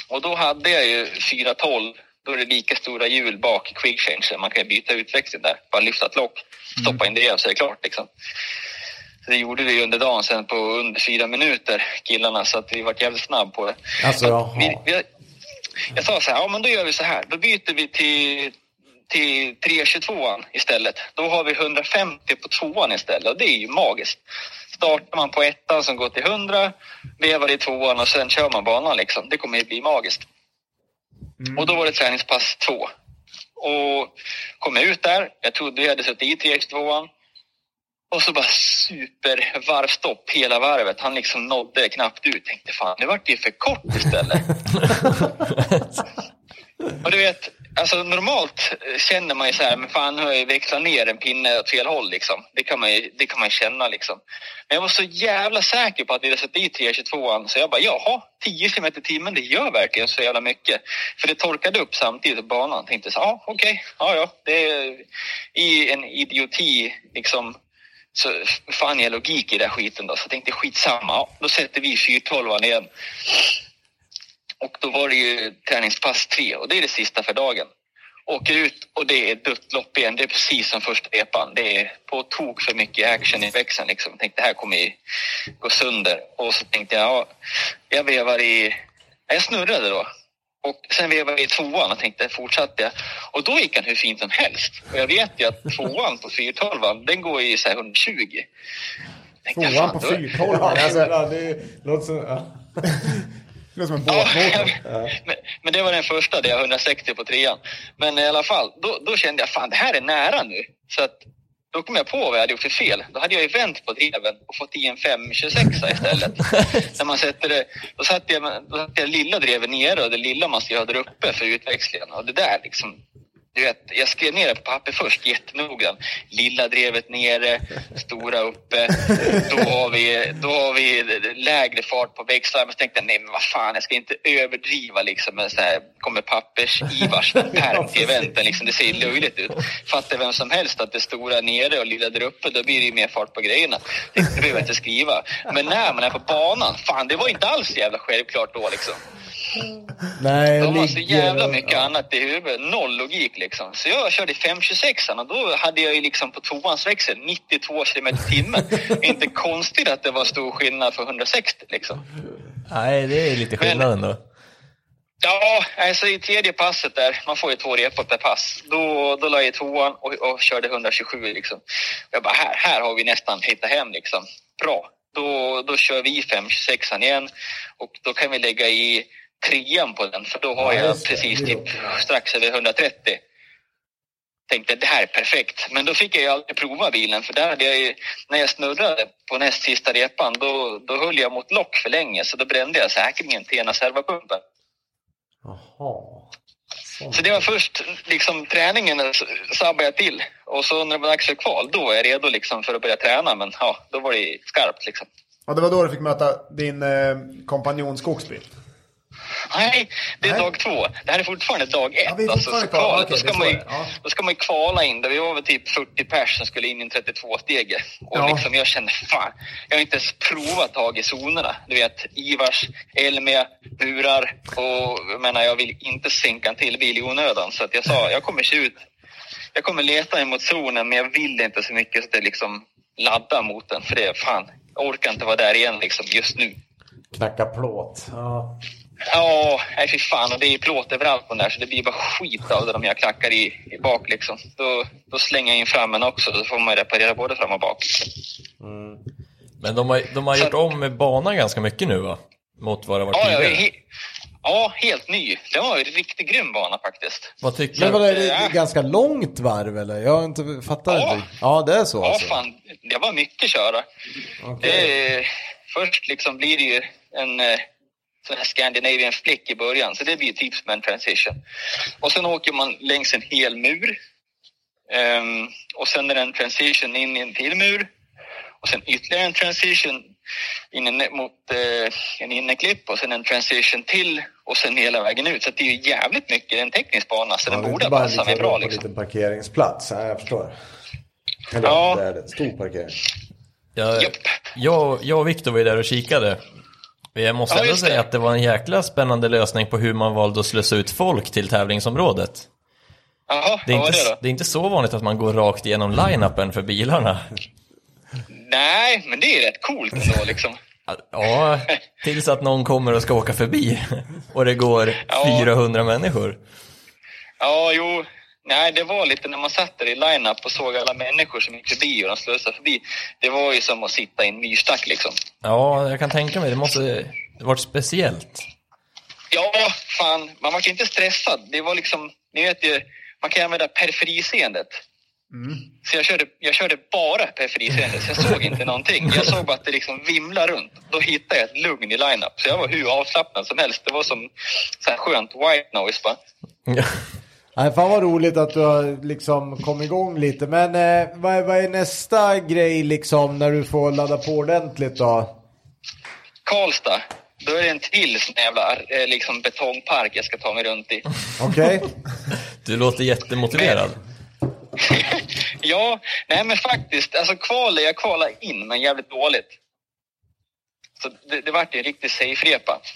Speaker 5: Och då hade jag ju 412. Då är det lika stora hjul bak i quick change. Man kan ju byta utväxling där. Bara lyfta ett lock, stoppa in det igen så är det klart liksom. Så det gjorde vi ju under dagen sen på under fyra minuter, killarna, så att vi var jävligt snabb på det.
Speaker 1: Alltså, jaha.
Speaker 5: vi, vi, jag sa så här, ja men då gör vi så här, då byter vi till, till 322an istället. Då har vi 150 på tvåan istället och det är ju magiskt. Startar man på ettan som går till 100, vevar i tvåan och sen kör man banan liksom. Det kommer ju bli magiskt. Och då var det träningspass två. Och kom ut där, jag trodde jag hade suttit i 322an. Och så bara supervarvstopp hela varvet. Han liksom nådde knappt ut. Tänkte fan, nu vart det ju för kort istället. och du vet, alltså normalt eh, känner man ju så här, men fan nu har jag ju växlat ner en pinne åt fel håll liksom. Det kan man ju, det kan man ju känna liksom. Men jag var så jävla säker på att vi hade satt i 322an så jag bara, jaha, 10 km i timmen, det gör verkligen så jävla mycket. För det torkade upp samtidigt på banan. Tänkte så, ja okej, ja ja, det är i en idioti liksom så fan jag logik i den här skiten då. Så jag tänkte skitsamma, ja, då sätter vi 412 igen. Och då var det ju träningspass tre och det är det sista för dagen. Åker ut och det är dött lopp igen. Det är precis som första repan. Det är på tok för mycket action i växeln. Liksom. Jag tänkte det här kommer ju gå sönder. Och så tänkte jag, ja, jag vevar i... ja, Jag snurrade då. Och sen vevade jag i tvåan och tänkte, fortsatte jag. Och då gick han hur fint som helst. Och jag vet ju att tvåan på 412 den går ju så här 120. Tänkte jag,
Speaker 2: Tvåan
Speaker 5: fan,
Speaker 2: på
Speaker 5: då-
Speaker 2: 412.
Speaker 1: Ja,
Speaker 2: Alltså, det
Speaker 1: det låter som... Ja.
Speaker 2: låter som en
Speaker 5: Ja,
Speaker 2: båtmotor.
Speaker 5: men, men det var den första där jag 160 på trean. Men i alla fall, då, då kände jag fan det här är nära nu. Så att, då kom jag på vad jag hade gjort för fel. Då hade jag ju vänt på dreven och fått i en 526 istället. När man sätter det, då satte jag, då satte jag lilla dreven nere och det lilla man ska ha där uppe för utväxlingen. Och det där liksom, du vet, jag skrev ner det på papper först jättenoga. Lilla drevet nere, stora uppe. Då har vi, då har vi lägre fart på växlar. Men så tänkte jag, nej men vad fan, jag ska inte överdriva liksom. Men så här, kommer pappers-Ivars med pärm till eventen liksom. Det ser ju löjligt ut. Fattar vem som helst att det stora nere och lilla där uppe, då blir det ju mer fart på grejerna. Det behöver jag inte skriva. Men när man är på banan, fan det var inte alls så jävla självklart då liksom.
Speaker 1: Nej, jag
Speaker 5: De har så
Speaker 1: Eh, ligger-
Speaker 5: jävla mycket annat i huvudet. Noll logik liksom. Så jag körde 526 och då hade jag ju liksom på tvåans växel 92 km i timmen. Inte konstigt att det var stor skillnad för 160 liksom.
Speaker 3: Nej, det är lite skillnad ändå.
Speaker 5: Ja, alltså i tredje passet där, man får ju två repor per pass. Då, då la jag i tvåan och, och körde 127 liksom. Jag bara, här, här har vi nästan hittat hem liksom. Bra. Då, då kör vi 526 igen och då kan vi lägga i trean på den för då har
Speaker 1: Ja,
Speaker 5: jag
Speaker 1: just det.
Speaker 5: precis
Speaker 1: Det är
Speaker 5: typ strax över 130. Tänkte det här är perfekt. Men då fick jag ju aldrig prova bilen för där hade jag ju, när jag snurrade på näst sista repan då, då höll jag mot lock för länge så då brände jag säkringen till ena servopumpen.
Speaker 1: Jaha.
Speaker 5: Så det var först liksom träningen så sabbade jag till och så när det var dags för kval då var jag redo liksom för att börja träna men ja, då var det skarpt liksom.
Speaker 2: Ja, det var då du fick möta din eh, kompanjon Skogsby.
Speaker 5: Nej, det är
Speaker 2: Nej.
Speaker 5: dag två. Det här är fortfarande dag ett.
Speaker 2: Ja, vi är
Speaker 5: alltså,
Speaker 2: fortfarande
Speaker 5: så
Speaker 2: kvar. Okej,
Speaker 5: kvalet, då,
Speaker 2: det
Speaker 5: ska
Speaker 2: är
Speaker 5: man
Speaker 2: så
Speaker 5: ju,
Speaker 2: det är. Ja.
Speaker 5: då ska man ju kvala in. Där vi var väl typ 40 pers som skulle in i en 32-stege. Och
Speaker 2: Ja.
Speaker 5: liksom, jag kände fan, jag har inte ens provat tag i zonerna. Du vet, Ivars, Elmia, Burar och jag menar, jag vill inte sänka en till bil i onödan. Så att jag sa, jag kommer se ut. Jag kommer leta emot zonen, men jag vill inte så mycket så att det liksom laddar mot den. För det, är fan, jag orkar inte vara där igen liksom just nu.
Speaker 1: Knacka plåt. Ja.
Speaker 5: Ja, nej fy fan. Och det är plåt överallt på den där så det blir bara skit av det om jag klackar i, i bak liksom. Då, då slänger jag in frammen också så får man reparera både fram och bak.
Speaker 1: Mm.
Speaker 3: Men de har, de har gjort om banan ganska mycket nu va? Mot vad det var
Speaker 5: Ja, ja,
Speaker 3: tidigare.
Speaker 5: he, ja, helt ny. Det var ju en riktigt grym bana faktiskt.
Speaker 3: Vad tycker
Speaker 1: Men vadå,
Speaker 3: du?
Speaker 1: är det det är ganska långt varv eller? Jag har inte, fattar
Speaker 5: Ja.
Speaker 1: inte. Ja, det är så
Speaker 5: Ja,
Speaker 1: alltså.
Speaker 5: fan. Det var mycket köra.
Speaker 1: Okej.
Speaker 5: Det, är- Eh, först liksom blir det ju en eh, sån här Scandinavian flick i början, så det blir typ som en transition. Och sen åker man längs en hel mur. Ehm, och sen är det en transition in i en till mur. Och sen ytterligare en transition in en, mot eh, en inneklipp och sen en transition till och sen hela vägen ut. Så att det är ju jävligt mycket. Det är en teknisk bana så
Speaker 1: Ja, det är
Speaker 5: den
Speaker 1: inte
Speaker 5: borde
Speaker 1: bara en
Speaker 5: passa mig
Speaker 1: liten
Speaker 5: bra.
Speaker 1: rum på en
Speaker 5: Liksom.
Speaker 1: liten parkeringsplats. Ja, jag förstår. Eller,
Speaker 5: Ja.
Speaker 1: det är det. Stor parkering.
Speaker 3: Jag,
Speaker 5: Japp.
Speaker 3: jag, jag och Viktor var ju där och kikade. Jag måste
Speaker 5: Ja,
Speaker 3: ändå
Speaker 5: just det.
Speaker 3: säga att det var en jäkla spännande lösning på hur man valde att slussa ut folk till tävlingsområdet.
Speaker 5: Jaha,
Speaker 3: Det är,
Speaker 5: vad var
Speaker 3: inte,
Speaker 5: det då?
Speaker 3: det är inte så vanligt att man går rakt igenom line-upen för bilarna.
Speaker 5: Nej, men det är ju rätt coolt ändå liksom.
Speaker 3: Ja, tills att någon kommer och ska åka förbi och det går
Speaker 5: Ja.
Speaker 3: 400 människor.
Speaker 5: Ja, jo. Nej, det var lite när man satt där i line-up och såg alla människor som gick förbi och de slösade förbi. Det var ju som att sitta i en myrstack liksom.
Speaker 3: Ja, jag kan tänka mig. Det måste varit speciellt.
Speaker 5: Ja, fan. Man var ju inte stressad. Det var liksom, ni vet ju, man kan använda periferiseendet. Så jag körde, jag körde bara periferiseendet, så jag såg inte någonting. Jag såg bara att det liksom vimlade runt. Då hittade jag ett lugn i line-up. Så jag var hur avslappnad som helst. Det var som så här skönt white noise bara.
Speaker 1: Nej, fan vad roligt att du har liksom kommit igång lite. Men eh, vad, är, vad är nästa grej liksom när du får ladda på ordentligt då?
Speaker 5: Karlstad, då är det en till sån jävla eh, liksom betongpark jag ska ta mig runt i.
Speaker 1: Okej?
Speaker 3: Du låter jättemotiverad.
Speaker 5: Ja, nej men faktiskt. Alltså kval, jag kvalade in men jävligt dåligt. Så det, det vart ju en riktig safe-repa.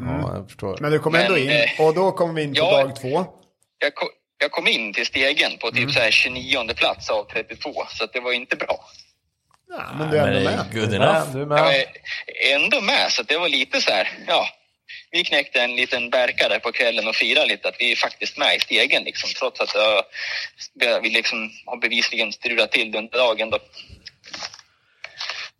Speaker 1: Ja, jag förstår.
Speaker 2: Men du kom ändå
Speaker 5: Men,
Speaker 2: in.
Speaker 5: eh,
Speaker 2: Och då kom vi in på
Speaker 5: ja.
Speaker 2: dag två.
Speaker 5: Jag, ko- jag kom in till stegen på typ så här 29 plats av 32, så att det var ju inte bra.
Speaker 2: Men du är ändå
Speaker 3: det
Speaker 2: med.
Speaker 3: Good
Speaker 1: Ja,
Speaker 3: enough.
Speaker 1: du är
Speaker 5: Jag
Speaker 1: med.
Speaker 5: var ändå med, så att det var lite så här, ja. Vi knäckte en liten bärka där på kvällen och firade lite att vi är faktiskt med i stegen liksom, trots att jag, vi liksom har bevisligen strulat till det under dagen då.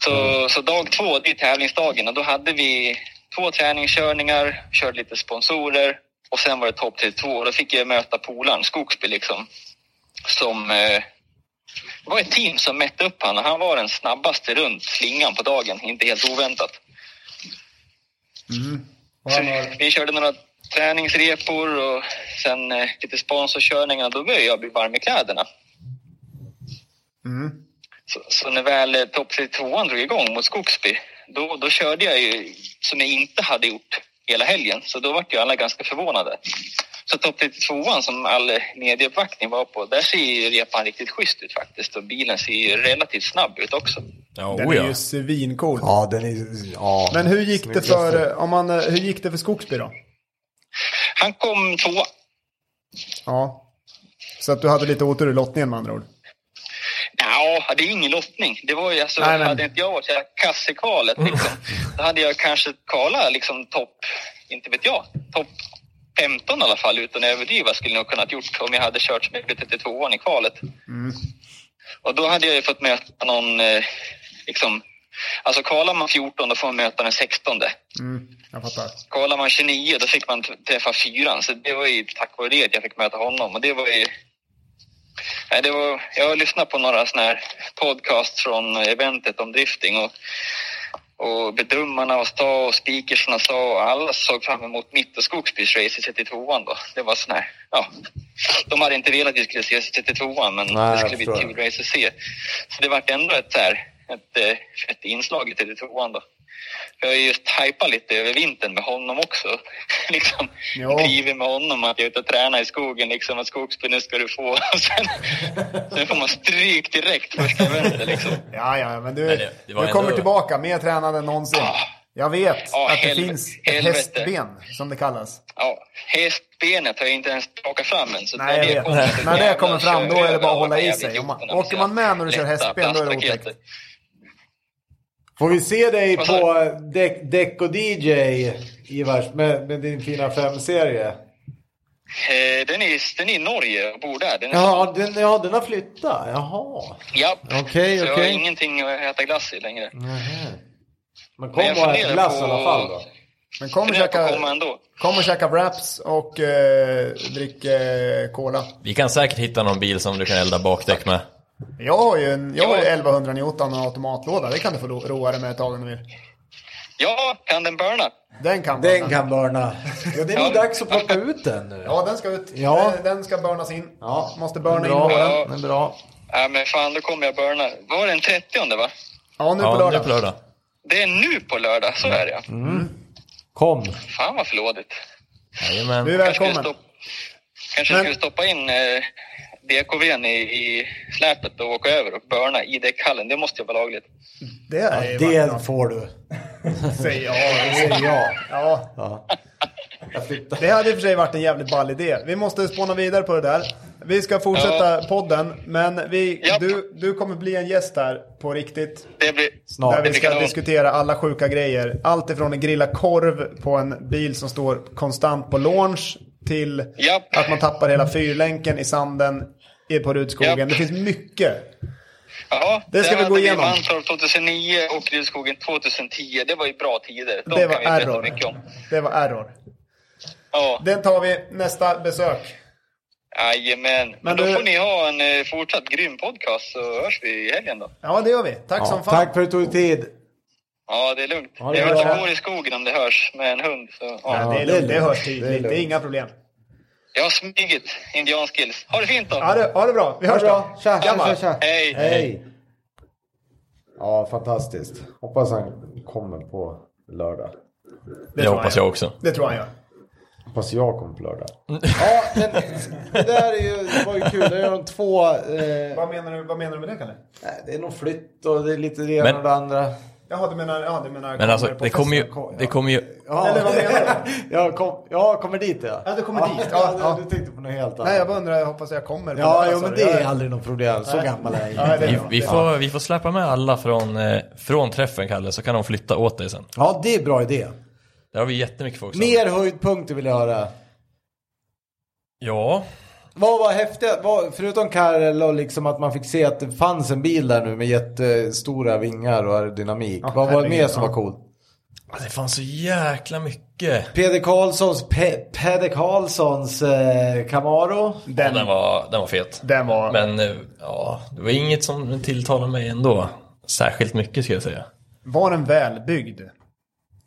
Speaker 5: Så, så dag två, det är tävlingsdagen och då hade vi två träningskörningar, körde lite sponsorer och sen var det topp 32 och då fick jag möta polaren Skogsby liksom. Som eh, det var ett team som mätte upp han och han var den snabbaste runt slingan på dagen, inte helt oväntat.
Speaker 2: Mm.
Speaker 4: Och
Speaker 5: Så
Speaker 4: han har
Speaker 5: vi körde några träningsrepor och sen eh, lite sponsorkörningar och då började jag bli varm i kläderna.
Speaker 2: Mm.
Speaker 5: Så, så när väl eh, topp 32 drog igång mot Skogsby, då, då körde jag ju som jag inte hade gjort hela helgen. Så då vart ju alla ganska förvånade. Så topp 32 som all eh, medieuppvaktning var på, där ser ju repan riktigt schysst ut faktiskt. Och bilen ser ju relativt snabb ut också.
Speaker 3: Ja,
Speaker 2: Den
Speaker 3: oh
Speaker 2: är
Speaker 3: ja.
Speaker 2: ju svincool.
Speaker 1: Ja, den är... Ja.
Speaker 2: Men hur gick det
Speaker 1: Snyggaste.
Speaker 2: för, om man, eh, hur gick det för Skogsby då?
Speaker 5: Han kom tvåa.
Speaker 2: Ja. Så att du hade lite otur i lottningen med andra ord.
Speaker 5: Ja, det är ingen lottning. Det var ju alltså,
Speaker 2: Nej, men- Mm.
Speaker 5: hade inte jag varit så här kass i kvalet liksom, då hade jag kanske kvalat liksom topp inte vet jag, topp 15 i alla fall utan att överdriva skulle jag nog kunnat gjort om jag hade kört snyggt till tvåan i kvalet.
Speaker 2: Mm.
Speaker 5: Och då hade jag ju fått möta någon, eh, liksom, alltså kvalar man 14 då får man möta den 16.
Speaker 2: Mm, jag fattar.
Speaker 5: Kvalar man 29 då fick man t- träffa fyran så det var ju tack vare det att jag fick möta honom och det var ju Nej, det var, jag har lyssnat på några såna här podcast från eventet om drifting och, och bedömarna och sta och speakersna sa och alla såg fram emot mitt och Skogsbys race i 32an då. Det var sån här, ja. De hade inte velat att vi skulle ses i 32an men
Speaker 1: Nej,
Speaker 5: det
Speaker 1: jag
Speaker 5: skulle bli ett
Speaker 1: förstår.
Speaker 5: kul race att se. Så det vart ändå ett så här, ett, eh, ett inslag i 32an då. För Jag har ju just hypat lite över vintern med honom också. liksom,
Speaker 2: Ja.
Speaker 5: drivit med honom att jag är ute och tränar i skogen liksom. Att skogsby, nu ska du få. Och sen, sen får man stryk direkt första eventet liksom.
Speaker 2: Ja, ja, men du,
Speaker 3: Nej, det- det var
Speaker 2: du kommer
Speaker 3: ändå-
Speaker 2: tillbaka mer tränad än någonsin. Jag vet
Speaker 5: Ja,
Speaker 2: att det
Speaker 5: Ah. helvete-
Speaker 2: finns ett
Speaker 5: helvete.
Speaker 2: hästben, som det kallas.
Speaker 5: Ja, hästbenet har jag inte ens plockat fram än. Så
Speaker 2: Nej, jag vet.
Speaker 5: kommer så
Speaker 2: När det
Speaker 5: jävlar
Speaker 2: kommer fram,
Speaker 5: kör
Speaker 2: då är det bara att
Speaker 5: över
Speaker 2: hålla i
Speaker 5: alla
Speaker 2: sig. Om man-
Speaker 5: idioterna med
Speaker 2: åker man med när du kör
Speaker 5: lätta
Speaker 2: hästben, då är det
Speaker 5: plastpaketet.
Speaker 2: otäckt.
Speaker 1: Får vi se dig
Speaker 5: Vad sa
Speaker 1: på däck- Däck och DJ, Ivars, med, med din fina femserie?
Speaker 5: Eh, Den är, den är i Norge och bor där. Den är
Speaker 1: Ja, den, ja, den har flyttat. Jaha.
Speaker 5: Japp.
Speaker 1: Okej,
Speaker 5: så jag
Speaker 1: okej.
Speaker 5: har ingenting att äta glass i längre.
Speaker 2: Mm.
Speaker 1: Nähä. Men kom
Speaker 5: Men jag
Speaker 1: och ät
Speaker 5: funderar
Speaker 1: glass i
Speaker 5: på-
Speaker 1: alla fall då.
Speaker 2: Men kom och,
Speaker 5: Funderar på att
Speaker 2: käka,
Speaker 5: komma ändå.
Speaker 2: kom och käka wraps och eh, drick eh, cola.
Speaker 3: Vi kan säkert hitta någon bil som du kan elda bakdäck med.
Speaker 2: Jag har ju en, jag har ju
Speaker 5: Ja.
Speaker 2: 1100 Newton och en automatlåda. Det kan du få ro- roa dig med ett tag om du vill.
Speaker 5: Ja, kan den burna?
Speaker 2: Den kan
Speaker 1: Den
Speaker 2: man.
Speaker 1: kan burna. Ja, det är nog dags att plocka ut den nu.
Speaker 2: Ja, den ska ut.
Speaker 1: Ja.
Speaker 2: Den, den ska burnas in.
Speaker 1: Ja.
Speaker 2: Måste burna in
Speaker 1: bra.
Speaker 2: våren.
Speaker 5: Ja.
Speaker 1: Den är bra.
Speaker 5: Ja, men fan, då kommer jag burna. Var det den 30 va?
Speaker 2: Ja, nu på
Speaker 3: Ja, nu
Speaker 2: lördag.
Speaker 3: på lördag.
Speaker 5: Det är nu på lördag, så är det ja.
Speaker 2: Mm.
Speaker 1: Kom.
Speaker 5: Fan vad förlådigt.
Speaker 2: Du är
Speaker 3: Jajamän.
Speaker 5: Kanske skulle
Speaker 2: välkommen.
Speaker 5: stoppa, kanske
Speaker 2: Men-
Speaker 5: skulle stoppa in eh, DKVn i, i släpet och åka över och börna i däckhallen. Det måste ju vara lagligt.
Speaker 2: Det är ju vackert.
Speaker 1: Det får du.
Speaker 2: Säger jag.
Speaker 1: Det säger jag.
Speaker 2: Ja,
Speaker 1: Ja. Jag flyttar.
Speaker 2: det hade i och för sig varit en jävligt ball idé. Vi måste spåna vidare på det där. Vi ska fortsätta podden, men vi,
Speaker 5: Japp.
Speaker 2: du, du kommer bli en gäst här på riktigt.
Speaker 5: Det blir...
Speaker 1: Snart.
Speaker 2: där vi
Speaker 5: det
Speaker 2: ska
Speaker 5: kan-
Speaker 2: diskutera alla sjuka grejer. Allt ifrån att grilla korv på en bil som står konstant på launch till
Speaker 5: Japp.
Speaker 2: att man tappar hela fyrlänken i sanden i- på Rudskogen.
Speaker 5: Japp.
Speaker 2: Det finns mycket.
Speaker 5: Ja,
Speaker 2: Det ska vi
Speaker 5: hade
Speaker 2: gå igenom.
Speaker 5: i Mantorp 2009 och Gruvskogen 2010. Det var ju bra tider. De
Speaker 2: det
Speaker 5: kan
Speaker 2: var
Speaker 5: vi berätta
Speaker 2: error.
Speaker 5: mycket om.
Speaker 2: Det var error.
Speaker 5: Ja,
Speaker 2: Den tar vi nästa besök.
Speaker 5: jajamän. Men då
Speaker 2: du-
Speaker 5: får ni ha en eh, fortsatt grym podcast så hörs vi i helgen då.
Speaker 2: Ja, det gör vi. Tack
Speaker 1: Ja,
Speaker 2: som fan.
Speaker 1: tack för att du tog tid.
Speaker 5: Ja, det är lugnt.
Speaker 1: Ha det
Speaker 5: jag
Speaker 1: bra.
Speaker 5: vet att går i skogen om det hörs med en hund. Så, ja.
Speaker 2: Ja, det, är
Speaker 1: det är
Speaker 2: lugnt. det
Speaker 1: lugnt.
Speaker 2: hörs tydligt. Det är inga problem.
Speaker 5: Jag har smugit indianskills. Ha det fint då!
Speaker 2: Ha det, ha det bra. Vi hörs då.
Speaker 1: Tja, tja,
Speaker 2: Tjabba.
Speaker 1: tja, tja.
Speaker 5: Hej.
Speaker 1: Hej. Ja, fantastiskt. Hoppas han kommer på lördag.
Speaker 2: Det
Speaker 3: Det
Speaker 2: tror
Speaker 3: hoppas jag också.
Speaker 2: Det tror jag han gör.
Speaker 1: Hoppas jag kommer på lördag. Ja, men det där är ju, det var ju kul. Det är de två... Eh,
Speaker 2: Vad menar du, vad menar du med det Kalle?
Speaker 1: nej, det är någon flytt och det är lite det ena
Speaker 3: Men-
Speaker 1: och det andra.
Speaker 2: Jaha, du menar... Ja, du menar
Speaker 3: Men alltså,
Speaker 2: på
Speaker 3: det kommer ju...
Speaker 2: festen? Ko- ja.
Speaker 3: Det kommer ju...
Speaker 1: Ja,
Speaker 2: Eller vad menar
Speaker 1: jag, kom, jag kommer dit ja.
Speaker 2: Ja, du kommer dit. Ja,
Speaker 1: du-
Speaker 2: ja.
Speaker 1: Du tänkte på något helt annat.
Speaker 2: Nej, jag bara undrar. Jag hoppas jag kommer. på
Speaker 1: Ja,
Speaker 2: lördag,
Speaker 1: jo,
Speaker 2: sa
Speaker 1: men
Speaker 2: du.
Speaker 1: det är
Speaker 2: Ja,
Speaker 1: aldrig någon problem. Så
Speaker 2: Alltså, Nej.
Speaker 1: gammal är jag
Speaker 2: Ja, det är
Speaker 3: Vi,
Speaker 2: bra.
Speaker 3: vi, får, vi får släppa med alla från, eh, från träffen, Kalle, så kan de flytta åt dig sen.
Speaker 1: Ja, det är bra idé.
Speaker 3: Där har vi jättemycket folk som...
Speaker 1: Mer höjdpunkter vill jag höra.
Speaker 3: Ja.
Speaker 1: Vad var häftigt, vad, förutom Karel och liksom att man fick se att det fanns en bil där nu med jättestora vingar och aerodynamik.
Speaker 2: Ja,
Speaker 1: vad var det
Speaker 2: herregud,
Speaker 1: mer som
Speaker 2: ja.
Speaker 1: var coolt?
Speaker 3: Det fanns så jäkla mycket.
Speaker 1: Peder Karlssons, Pe- Peder Karlssons eh, Camaro.
Speaker 3: Den, den, var, den var fet.
Speaker 2: Den var...
Speaker 3: Men eh, ja, det var inget som tilltalade mig ändå. Särskilt mycket ska jag säga.
Speaker 2: Var den välbyggd?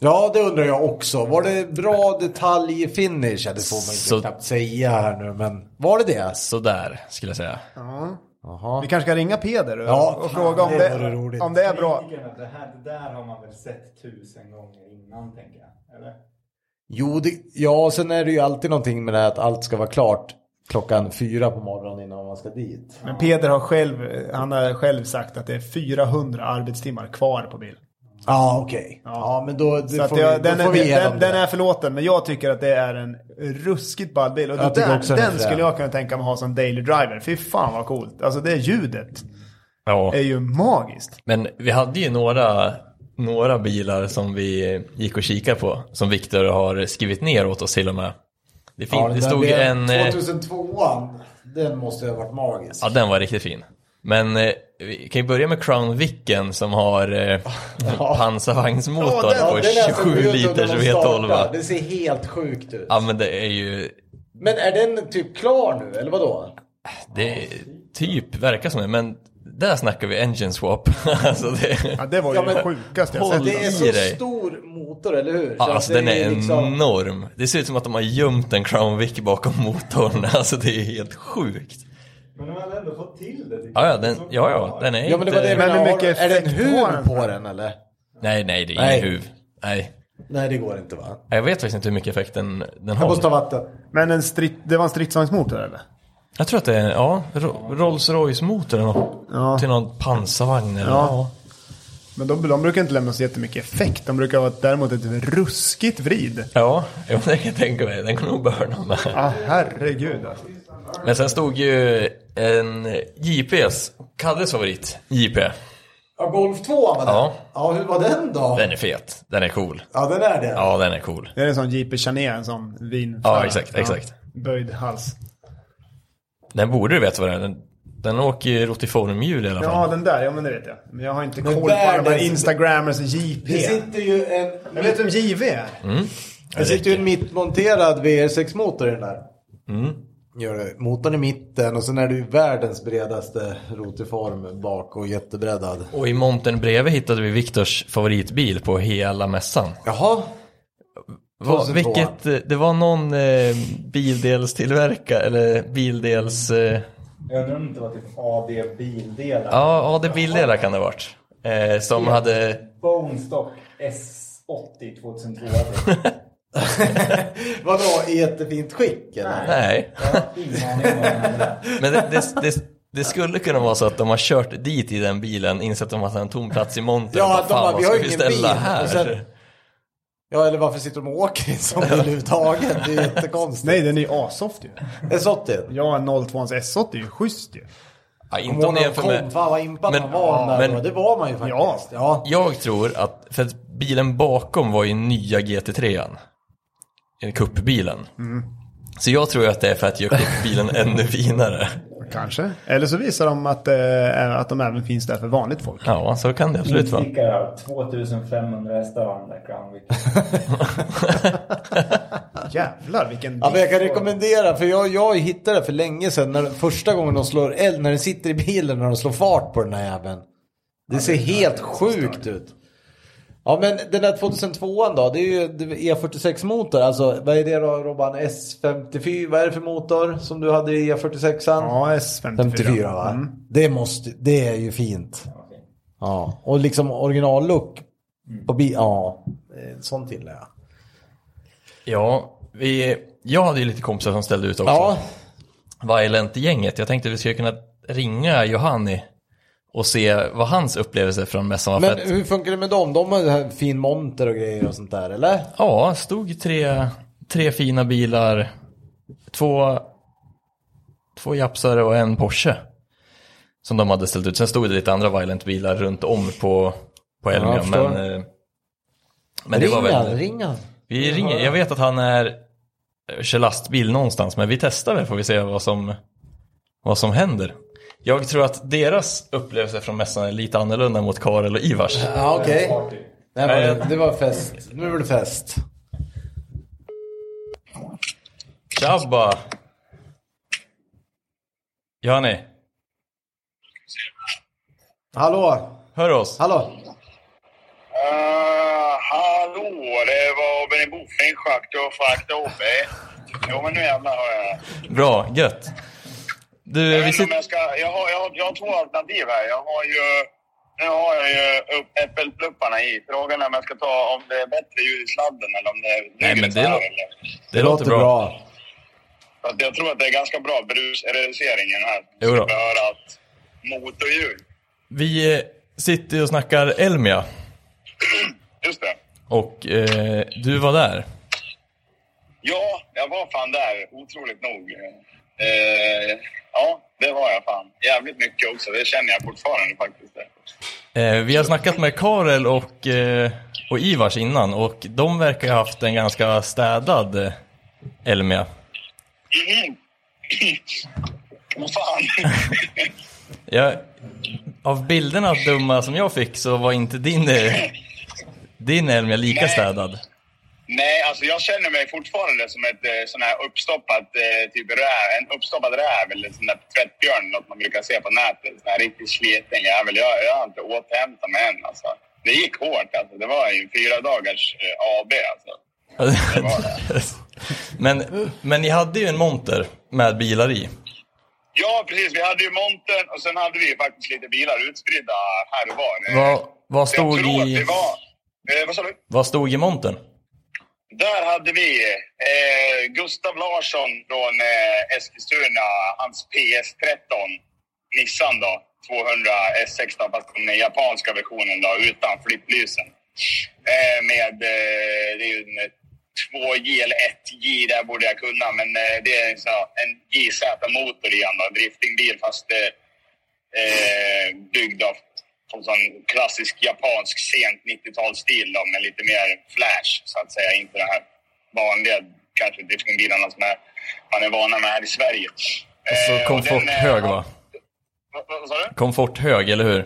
Speaker 1: Ja, det undrar jag också. Var det bra detaljfinish? Ja, det får man ju
Speaker 3: Så-
Speaker 1: knappt säga här nu, men var det det?
Speaker 3: Sådär, skulle jag säga.
Speaker 2: Ja.
Speaker 1: Jaha.
Speaker 2: Vi kanske ska ringa Peder och,
Speaker 1: Ja,
Speaker 2: och
Speaker 1: fan,
Speaker 2: fråga om
Speaker 1: det
Speaker 2: det,
Speaker 1: vore roligt.
Speaker 2: om det är bra.
Speaker 4: Det, här, det där har man väl sett tusen gånger innan, tänker jag. Eller?
Speaker 1: Jo, det, ja, sen är det ju alltid någonting med det här att allt ska vara klart klockan fyra på morgonen innan man ska dit.
Speaker 2: Men Peder har själv, han har själv sagt att det är 400 arbetstimmar kvar på bilen.
Speaker 1: Ja, okej. Ja. men då,
Speaker 2: Så
Speaker 1: det
Speaker 2: att
Speaker 1: får, vi,
Speaker 2: jag, den,
Speaker 1: då får
Speaker 2: den,
Speaker 1: vi igenom
Speaker 2: den, den
Speaker 1: det.
Speaker 2: är förlåten, men jag tycker att det är en ruskigt ball bil. Och
Speaker 1: Jag
Speaker 2: det
Speaker 1: tycker
Speaker 2: där,
Speaker 1: också det är
Speaker 2: den
Speaker 1: frän.
Speaker 2: skulle jag kunna tänka mig ha som daily driver. Fy fan vad coolt. Alltså det ljudet
Speaker 3: Ja.
Speaker 2: är ju magiskt.
Speaker 3: Men vi hade ju några, några bilar som vi gick och kikade på. Som Viktor har skrivit ner åt oss till och med. Det, fin- det stod en... eh,
Speaker 1: 2002an, den måste ha varit magisk.
Speaker 3: Ja, den var riktigt fin. Men eh, vi kan ju börja med Crown Vicken som har eh, pansarvagnsmotor
Speaker 1: Ja,
Speaker 3: på
Speaker 1: den är alltså
Speaker 3: 27
Speaker 1: bruten när
Speaker 3: liters
Speaker 1: man startar.
Speaker 3: V12.
Speaker 1: Det ser helt sjukt ut.
Speaker 3: Ja, men det är ju...
Speaker 1: Men är den typ klar nu, eller vadå?
Speaker 3: Det typ verkar som det, men där snackar vi engine swap. alltså det...
Speaker 2: Ja, det var ju
Speaker 1: Ja, men-
Speaker 2: det sjukaste jag sett.
Speaker 3: Håll-
Speaker 1: Det är
Speaker 3: I
Speaker 1: så
Speaker 3: dig.
Speaker 1: stor motor, eller hur? Så
Speaker 3: Ja,
Speaker 1: att
Speaker 3: alltså
Speaker 1: det
Speaker 3: den är
Speaker 1: liksom-
Speaker 3: enorm. Det ser ut som att de har gömt en Crown Vic bakom motorn. Alltså det är helt sjukt.
Speaker 4: Men de hade ändå fått till det. tycker
Speaker 3: Ja, ja,
Speaker 4: jag.
Speaker 3: den,
Speaker 4: Så
Speaker 3: ja,
Speaker 4: bra.
Speaker 3: ja, den är
Speaker 1: Ja, men det var det jag
Speaker 2: Men hur
Speaker 1: menade.
Speaker 2: mycket
Speaker 1: Har- Är det en
Speaker 2: effekt har
Speaker 1: huv
Speaker 2: den?
Speaker 1: på den, eller?
Speaker 3: Nej, nej, det är
Speaker 1: Nej.
Speaker 3: ingen huv. Nej.
Speaker 1: Nej, det går inte, va?
Speaker 3: Jag vet faktiskt inte hur mycket effekt den, den
Speaker 1: Det måste
Speaker 3: har.
Speaker 1: ha varit den.
Speaker 2: Men en strid, det var en stridsvagnsmotor eller?
Speaker 3: Jag tror att det är, ja, Ro- Rolls Royce-motor eller något.
Speaker 2: Ja.
Speaker 3: Till någon pansarvagn eller
Speaker 2: Ja.
Speaker 3: ja.
Speaker 2: Men de, de brukar inte lämna så jättemycket effekt. De brukar vara däremot ett ruskigt vrid.
Speaker 3: Ja, jo, det kan jag tänka mig. Den kommer nog börna med.
Speaker 2: Ja, ah, herregud alltså.
Speaker 3: Men sen stod ju en JP's, Kalles favorit, JP.
Speaker 1: Ja, Golf 2 var den. Ja.
Speaker 3: Ja.
Speaker 1: hur var den då?
Speaker 3: Den är fet. Den är cool.
Speaker 1: Ja, den är det.
Speaker 3: Ja, den är cool.
Speaker 2: Det är en sån JP Chanet, en sån vin.
Speaker 3: Ja, exakt, exakt.
Speaker 2: Böjd hals.
Speaker 3: Den borde du veta vad den är. Den, den åker ju rotiformhjul i alla fall.
Speaker 2: Ja, den där, ja men det vet jag. Men jag har inte
Speaker 1: Men
Speaker 2: koll på
Speaker 1: där,
Speaker 2: alla de här
Speaker 1: den-
Speaker 2: Instagrammers och JP.
Speaker 1: Det sitter ju en,
Speaker 2: Jag vet vem JV är.
Speaker 1: det sitter ju en mittmonterad VR6-motor i den där.
Speaker 3: Mm.
Speaker 1: Gör det. Motorn i mitten och sen är det ju världens bredaste rotiform bak och jättebreddad.
Speaker 3: Och i montern bredvid hittade vi Viktors favoritbil på hela mässan.
Speaker 1: Jaha,
Speaker 3: Va,
Speaker 1: 2002.
Speaker 3: vilket, eh, det var någon eh, bildelstillverkare, eller bildels... Eh,
Speaker 4: Jag undrar om det inte var typ AD bildelar.
Speaker 3: ja, ja, det bildelar kan det ha varit. Eh, som hade...
Speaker 4: Bonestock S80 2002.
Speaker 1: vadå i jättefint skick eller?
Speaker 3: Nej.
Speaker 4: Jag har ingen aning om vad den hade.
Speaker 3: Men det, det, det, det skulle kunna vara så att de har kört dit i den bilen, insett att de hade en tom plats i montern.
Speaker 1: Ja,
Speaker 3: och bara,
Speaker 1: att de
Speaker 3: "Fan,
Speaker 1: bara,
Speaker 3: vad
Speaker 1: "Vi
Speaker 3: ska
Speaker 1: har
Speaker 3: vi
Speaker 1: ingen
Speaker 3: ställa
Speaker 1: bil."
Speaker 3: här?
Speaker 1: Och sen- Ja, eller varför sitter de och åker i en sån bil överhuvudtaget? Det är jättekonstigt.
Speaker 2: Nej, den är ju assoft ju.
Speaker 1: S80?
Speaker 2: Ja, en 02ans S80 är ju schysst ju.
Speaker 3: Ja, inte
Speaker 1: Hon
Speaker 3: om
Speaker 1: kom,
Speaker 3: det jämför med...
Speaker 1: fan vad impad
Speaker 3: Men-
Speaker 1: man var när
Speaker 3: men-
Speaker 1: men, det var man ju faktiskt. Ja.
Speaker 3: Jag tror att, för att bilen bakom var ju nya GT3an. En Kuppbilen. Så jag tror att det är för att göra kuppbilen ännu finare.
Speaker 2: Kanske. Eller så visar de att, eh, att de även finns där för vanligt folk.
Speaker 3: Ja, så kan det absolut vara.
Speaker 4: Instickare har 2500 hästar har den där Crown Vic.
Speaker 2: Jävlar vilken...
Speaker 1: Ja, men jag kan rekommendera, för jag, jag hittade det för länge sedan, när, första gången de slår eld, när den sitter i bilen när de slår fart på den här jäveln. Det ser helt sjukt ut. Ja men den där 2002an då, det är ju E46 motor, alltså vad är det då Robban? S54, vad är det för motor som du hade i E E46an?
Speaker 2: Ja, S54.
Speaker 1: 54 va?
Speaker 2: Mm.
Speaker 1: Det, måste, det är ju fint. Ja, och liksom originallook på bi- Ja, eh, sånt gillar jag.
Speaker 3: Ja, vi, jag hade ju lite kompisar som ställde ut också.
Speaker 1: Ja,
Speaker 3: Violent-gänget. Jag tänkte vi skulle kunna ringa Johanni och se vad hans upplevelse från mässan var.
Speaker 1: men
Speaker 3: för att,
Speaker 1: hur funkar det med dem? De har ju här fin monter och grejer och sånt där, eller?
Speaker 3: ja, stod tre, tre fina bilar, två, två japsare och en Porsche som de hade ställt ut. Sen stod det lite andra Violent-bilar runt om på, på
Speaker 1: jag
Speaker 3: Elmia.
Speaker 1: förstår.
Speaker 3: men eh, men det
Speaker 1: ring
Speaker 3: var väl...
Speaker 1: han, ring han.
Speaker 3: Vi ringer. Jag vet att han är kör lastbil någonstans, men vi testar väl får vi se vad som, vad som händer. Jag tror att deras upplevelse från mässan är lite annorlunda mot Karel och Ivars.
Speaker 1: Ja, okej. Det,
Speaker 3: Nej,
Speaker 1: var,
Speaker 3: jag-
Speaker 1: det var fest. Nu var det fest.
Speaker 3: Tjabba! Johanni,
Speaker 1: Hallå?
Speaker 3: hör oss?
Speaker 1: Hallå?
Speaker 5: Uh, hallå, det var Benny Bofink, Schaktor och Frakt AB. Jo, men nu jävlar har jag
Speaker 3: Bra, gött. Du,
Speaker 5: Jag,
Speaker 3: vi
Speaker 5: vet inte om
Speaker 3: sitter...
Speaker 5: jag, ska, jag, har, jag, har, jag har två alternativ här. Jag har ju, nu har jag ju upp, äppelplupparna i. Frågan är om jag ska ta om det är bättre ljud i sladden eller om det är
Speaker 3: Nej, men
Speaker 5: duger så
Speaker 3: det
Speaker 5: här,
Speaker 3: lå-
Speaker 5: eller.
Speaker 3: Det låter bra.
Speaker 5: För att Jag tror att det är ganska bra brusreduceringen här.
Speaker 3: Jo då.
Speaker 5: Jag ska höra att motorljud.
Speaker 3: Vi eh, sitter ju och snackar Elmia
Speaker 5: Just det.
Speaker 3: och eh, du var där.
Speaker 5: Ja, jag var fan där, otroligt nog. Eh, ja, det var jag fan. Jävligt mycket också. Det känner jag fortfarande faktiskt.
Speaker 3: Eh, vi har snackat med Karel och, eh, och Ivars innan och de verkar ha haft en ganska städad eh, Elmia.
Speaker 6: Mm. Vad fan.
Speaker 3: Jag, av bilderna att döma som jag fick så var inte din, eh, din Elmia lika
Speaker 6: Nej.
Speaker 3: städad.
Speaker 6: Nej, alltså jag känner mig fortfarande som ett eh, sån här uppstoppat eh, typ räv, en uppstoppad räv eller sån där tvättbjörn, något man brukar se på nätet. Sån här riktigt sliten jävel. Jag, jag har inte återhämtat mig än alltså. Det gick hårt alltså. Det var ju en fyra dagars eh, AB alltså.
Speaker 3: men, men ni hade ju en monter med bilar i.
Speaker 6: Ja, precis. Vi hade ju montern och sen hade vi ju faktiskt lite bilar utspridda här och var. Eh,
Speaker 3: Vad, vad, stod,
Speaker 6: jag tror att
Speaker 3: i,
Speaker 6: det var... Eh, vad sa du?
Speaker 3: vad stod i montern?
Speaker 6: Där hade vi eh, Gustav Larsson från eh, Eskilstuna, hans PS13 Nissan då, 200 S16 fast den japanska versionen då utan flipplysen. Eh, med, eh, det är ju en 2J eller 1J, där borde jag kunna men eh, det är en, sån här- en JZ-motor igen då, en driftingbil fast eh, eh, byggd av på sån klassisk japansk sent 90-talsstil då, med lite mer flash så att säga. Inte de här vanliga kanske driftingbilarna som är, man är vana med här i Sverige.
Speaker 3: Så
Speaker 6: Eh, och den, eh,
Speaker 3: komforthög Alltså, va?
Speaker 6: Vad, vad sa du?
Speaker 3: Komforthög, eller hur?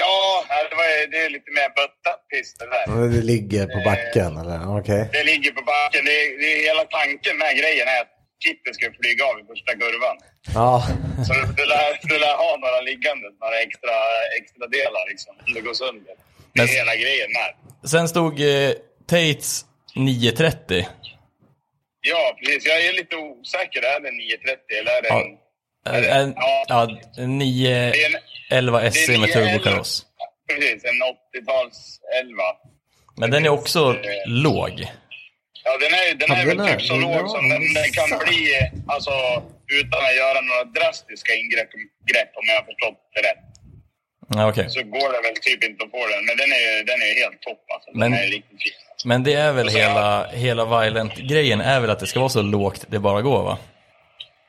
Speaker 6: Ja, det, var, det är lite mer böttat piss det där.
Speaker 1: Det ligger på backen eller? Okej.
Speaker 6: Det ligger på backen. Det är, det är hela tanken med grejen är att kitten ska flyga av i första kurvan.
Speaker 1: Ja.
Speaker 6: Så du lär, du lär ha några liggande, några extra, extra delar liksom, om det går sönder. Det är
Speaker 3: Men-
Speaker 6: hela grejen här.
Speaker 3: Sen stod eh, Tates 930.
Speaker 6: Ja, precis. Jag är lite osäker. Är det 9.30 eller är det
Speaker 3: Ja.
Speaker 6: en...
Speaker 3: En, en,
Speaker 6: Ja.
Speaker 3: ja,
Speaker 6: Det är en
Speaker 3: 911 SE med
Speaker 6: det är en-
Speaker 3: turbokaross.
Speaker 6: precis, en 80-tals 11.
Speaker 3: Men den är också
Speaker 6: Eh.
Speaker 3: låg.
Speaker 6: Ja, den är, den
Speaker 1: Ja,
Speaker 6: är
Speaker 1: den
Speaker 6: väl
Speaker 1: är-
Speaker 6: typ så
Speaker 1: den är-
Speaker 6: låg som den, den kan bli eh, alltså, utan att göra några drastiska ingrepp grepp, om jag har förstått det rätt.
Speaker 3: Ja, okej.
Speaker 6: Så går det väl typ inte att få den. Men den är, den är helt topp alltså. Den
Speaker 3: Men-
Speaker 6: är riktigt fin.
Speaker 3: Men det är väl hela, hela Violent-grejen är väl att det ska vara så lågt det bara går va?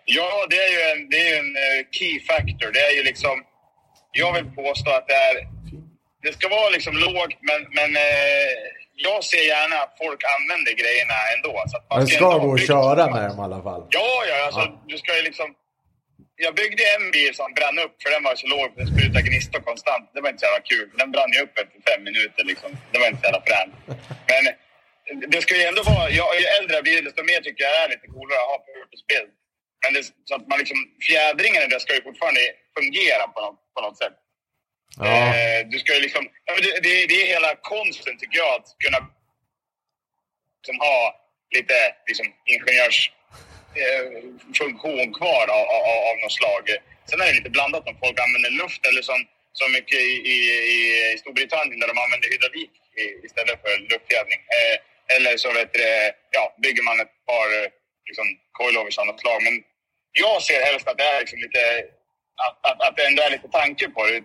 Speaker 6: Ja, det är ju en, det är ju en eh, key factor. Det är ju liksom... Jag vill påstå att det är... Det ska vara liksom lågt, men, men eh, jag ser gärna att folk använder grejerna ändå. Så att man
Speaker 1: Man
Speaker 6: ändå
Speaker 1: ska
Speaker 6: ha
Speaker 1: gå och
Speaker 6: byggt-
Speaker 1: köra med dem i alla fall.
Speaker 6: Ja, ja, alltså du ska ju liksom... Jag byggde en bil som brann upp för den var så låg. Den sprutade gnistor konstant. Det var inte så jävla kul. Den brann ju upp efter fem minuter liksom. Det var inte så jävla fränt. Men det ska ju ändå vara... Jag, ju äldre jag blir desto mer tycker jag det är lite coolare att ha purpose-bild. Men det, så att man liksom... Fjädringen i det ska ju fortfarande fungera på något, på något sätt.
Speaker 1: Ja.
Speaker 6: Eh, du ska ju liksom, ja, men det, det, det är hela konsten tycker jag, att kunna liksom, ha lite liksom, ingenjörsfunktion eh, funktion kvar av, av, av- av något slag. Sen är det lite blandat om folk använder luft eller som, som mycket i, i, i i Storbritannien där de använder hydraulik i- istället för luftjävling. Eh, eller så vet du, det, ja, bygger man ett par eh, liksom, coilovers av något slag. Men jag ser helst att det är liksom lite att, att, att det ändå är lite tanke på det.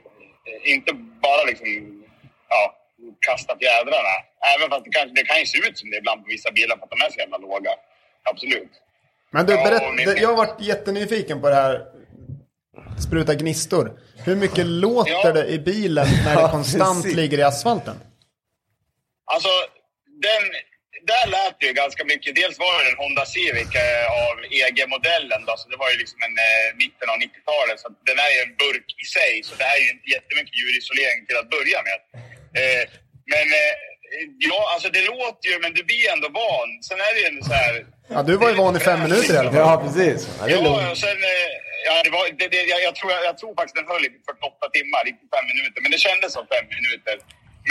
Speaker 6: Inte bara liksom, ja, kasta fjädrarna. Även fast det kan, det kan ju se ut som det ibland på vissa bilar för att de är så jävla låga. Absolut.
Speaker 2: Men du,
Speaker 6: Ja,
Speaker 2: berätt,
Speaker 6: min-
Speaker 2: det- jag har varit jättenyfiken på det här spruta gnistor. Hur mycket låter
Speaker 6: Ja.
Speaker 2: det i bilen när det
Speaker 1: Ja,
Speaker 2: konstant
Speaker 1: precis.
Speaker 2: ligger i asfalten?
Speaker 6: Alltså, den, där lät det ju ganska mycket. Dels var det en Honda Civic eh, av EG-modellen. Då, så det var ju liksom en eh, mitten av 90-talet. Så att den är ju en burk i sig. Så det här är ju inte jättemycket ljudisolering till att börja med. Eh, men eh, ja, alltså det låter ju, men du blir ändå van. Sen är det ju en så här...
Speaker 2: Ja, du var ju van i fem minuter i alla fall.
Speaker 1: Ja, precis. Ja, det är
Speaker 6: Ja,
Speaker 1: lugnt.
Speaker 6: och sen, eh, ja, det var, det, det, jag, jag, tror, jag, jag tror faktiskt den höll i 48 timmar, inte fem minuter. Men det kändes som fem minuter.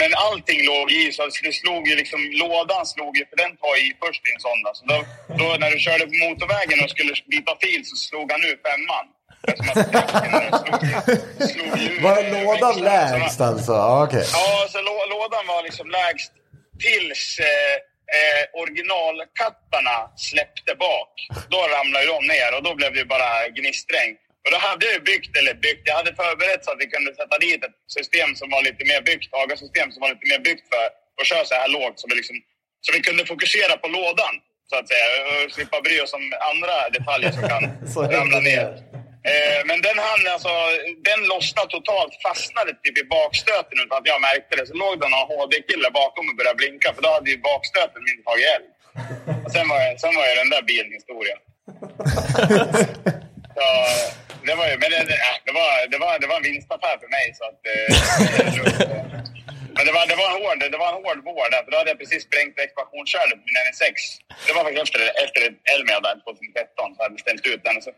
Speaker 6: Men allting låg i, så det slog ju liksom, lådan slog ju, för den tar i först i en sån. där. Så då, då när du körde på motorvägen och skulle byta fil så slog han ut femman. Eftersom att däcken slog ju- slog ju eh, ut
Speaker 1: Var lådan
Speaker 6: växlarna.
Speaker 1: lägst alltså? Ja, Okej.
Speaker 6: Ja, så lå- lådan var liksom lägst tills eh, eh, originalkattarna släppte bak. Då ramlade de ner och då blev det bara gnistregn. Och då hade jag ju byggt, eller byggt, jag hade förberett så att vi kunde sätta dit ett system som var lite mer byggt, Haga-system som var lite mer byggt för att köra så här lågt. Så vi, liksom, så vi kunde fokusera på lådan, så att säga. Och slippa bry oss om andra detaljer som kan
Speaker 1: Så hängde
Speaker 6: ramla ner.
Speaker 1: ner.
Speaker 6: Eh, men den hann alltså, den lossnade totalt, fastnade typ i bakstöten utan att jag märkte det. Så låg det någon HD-kille bakom och började blinka för då hade ju bakstöten min tagit eld. Och sen, var, jag- sen var ju den där bilen historia. så, det var ju, men det, det- äh, det, var, det, var, det var en vinstaffär för mig så att... Eh, det är lugnt. men det var, det var en hård, det var en hård vår där, för då hade jag precis sprängt expansionskärlet på min NSX. Det var faktiskt efter, efter Elmia där 2013, så hade jag ställt ut den. och Så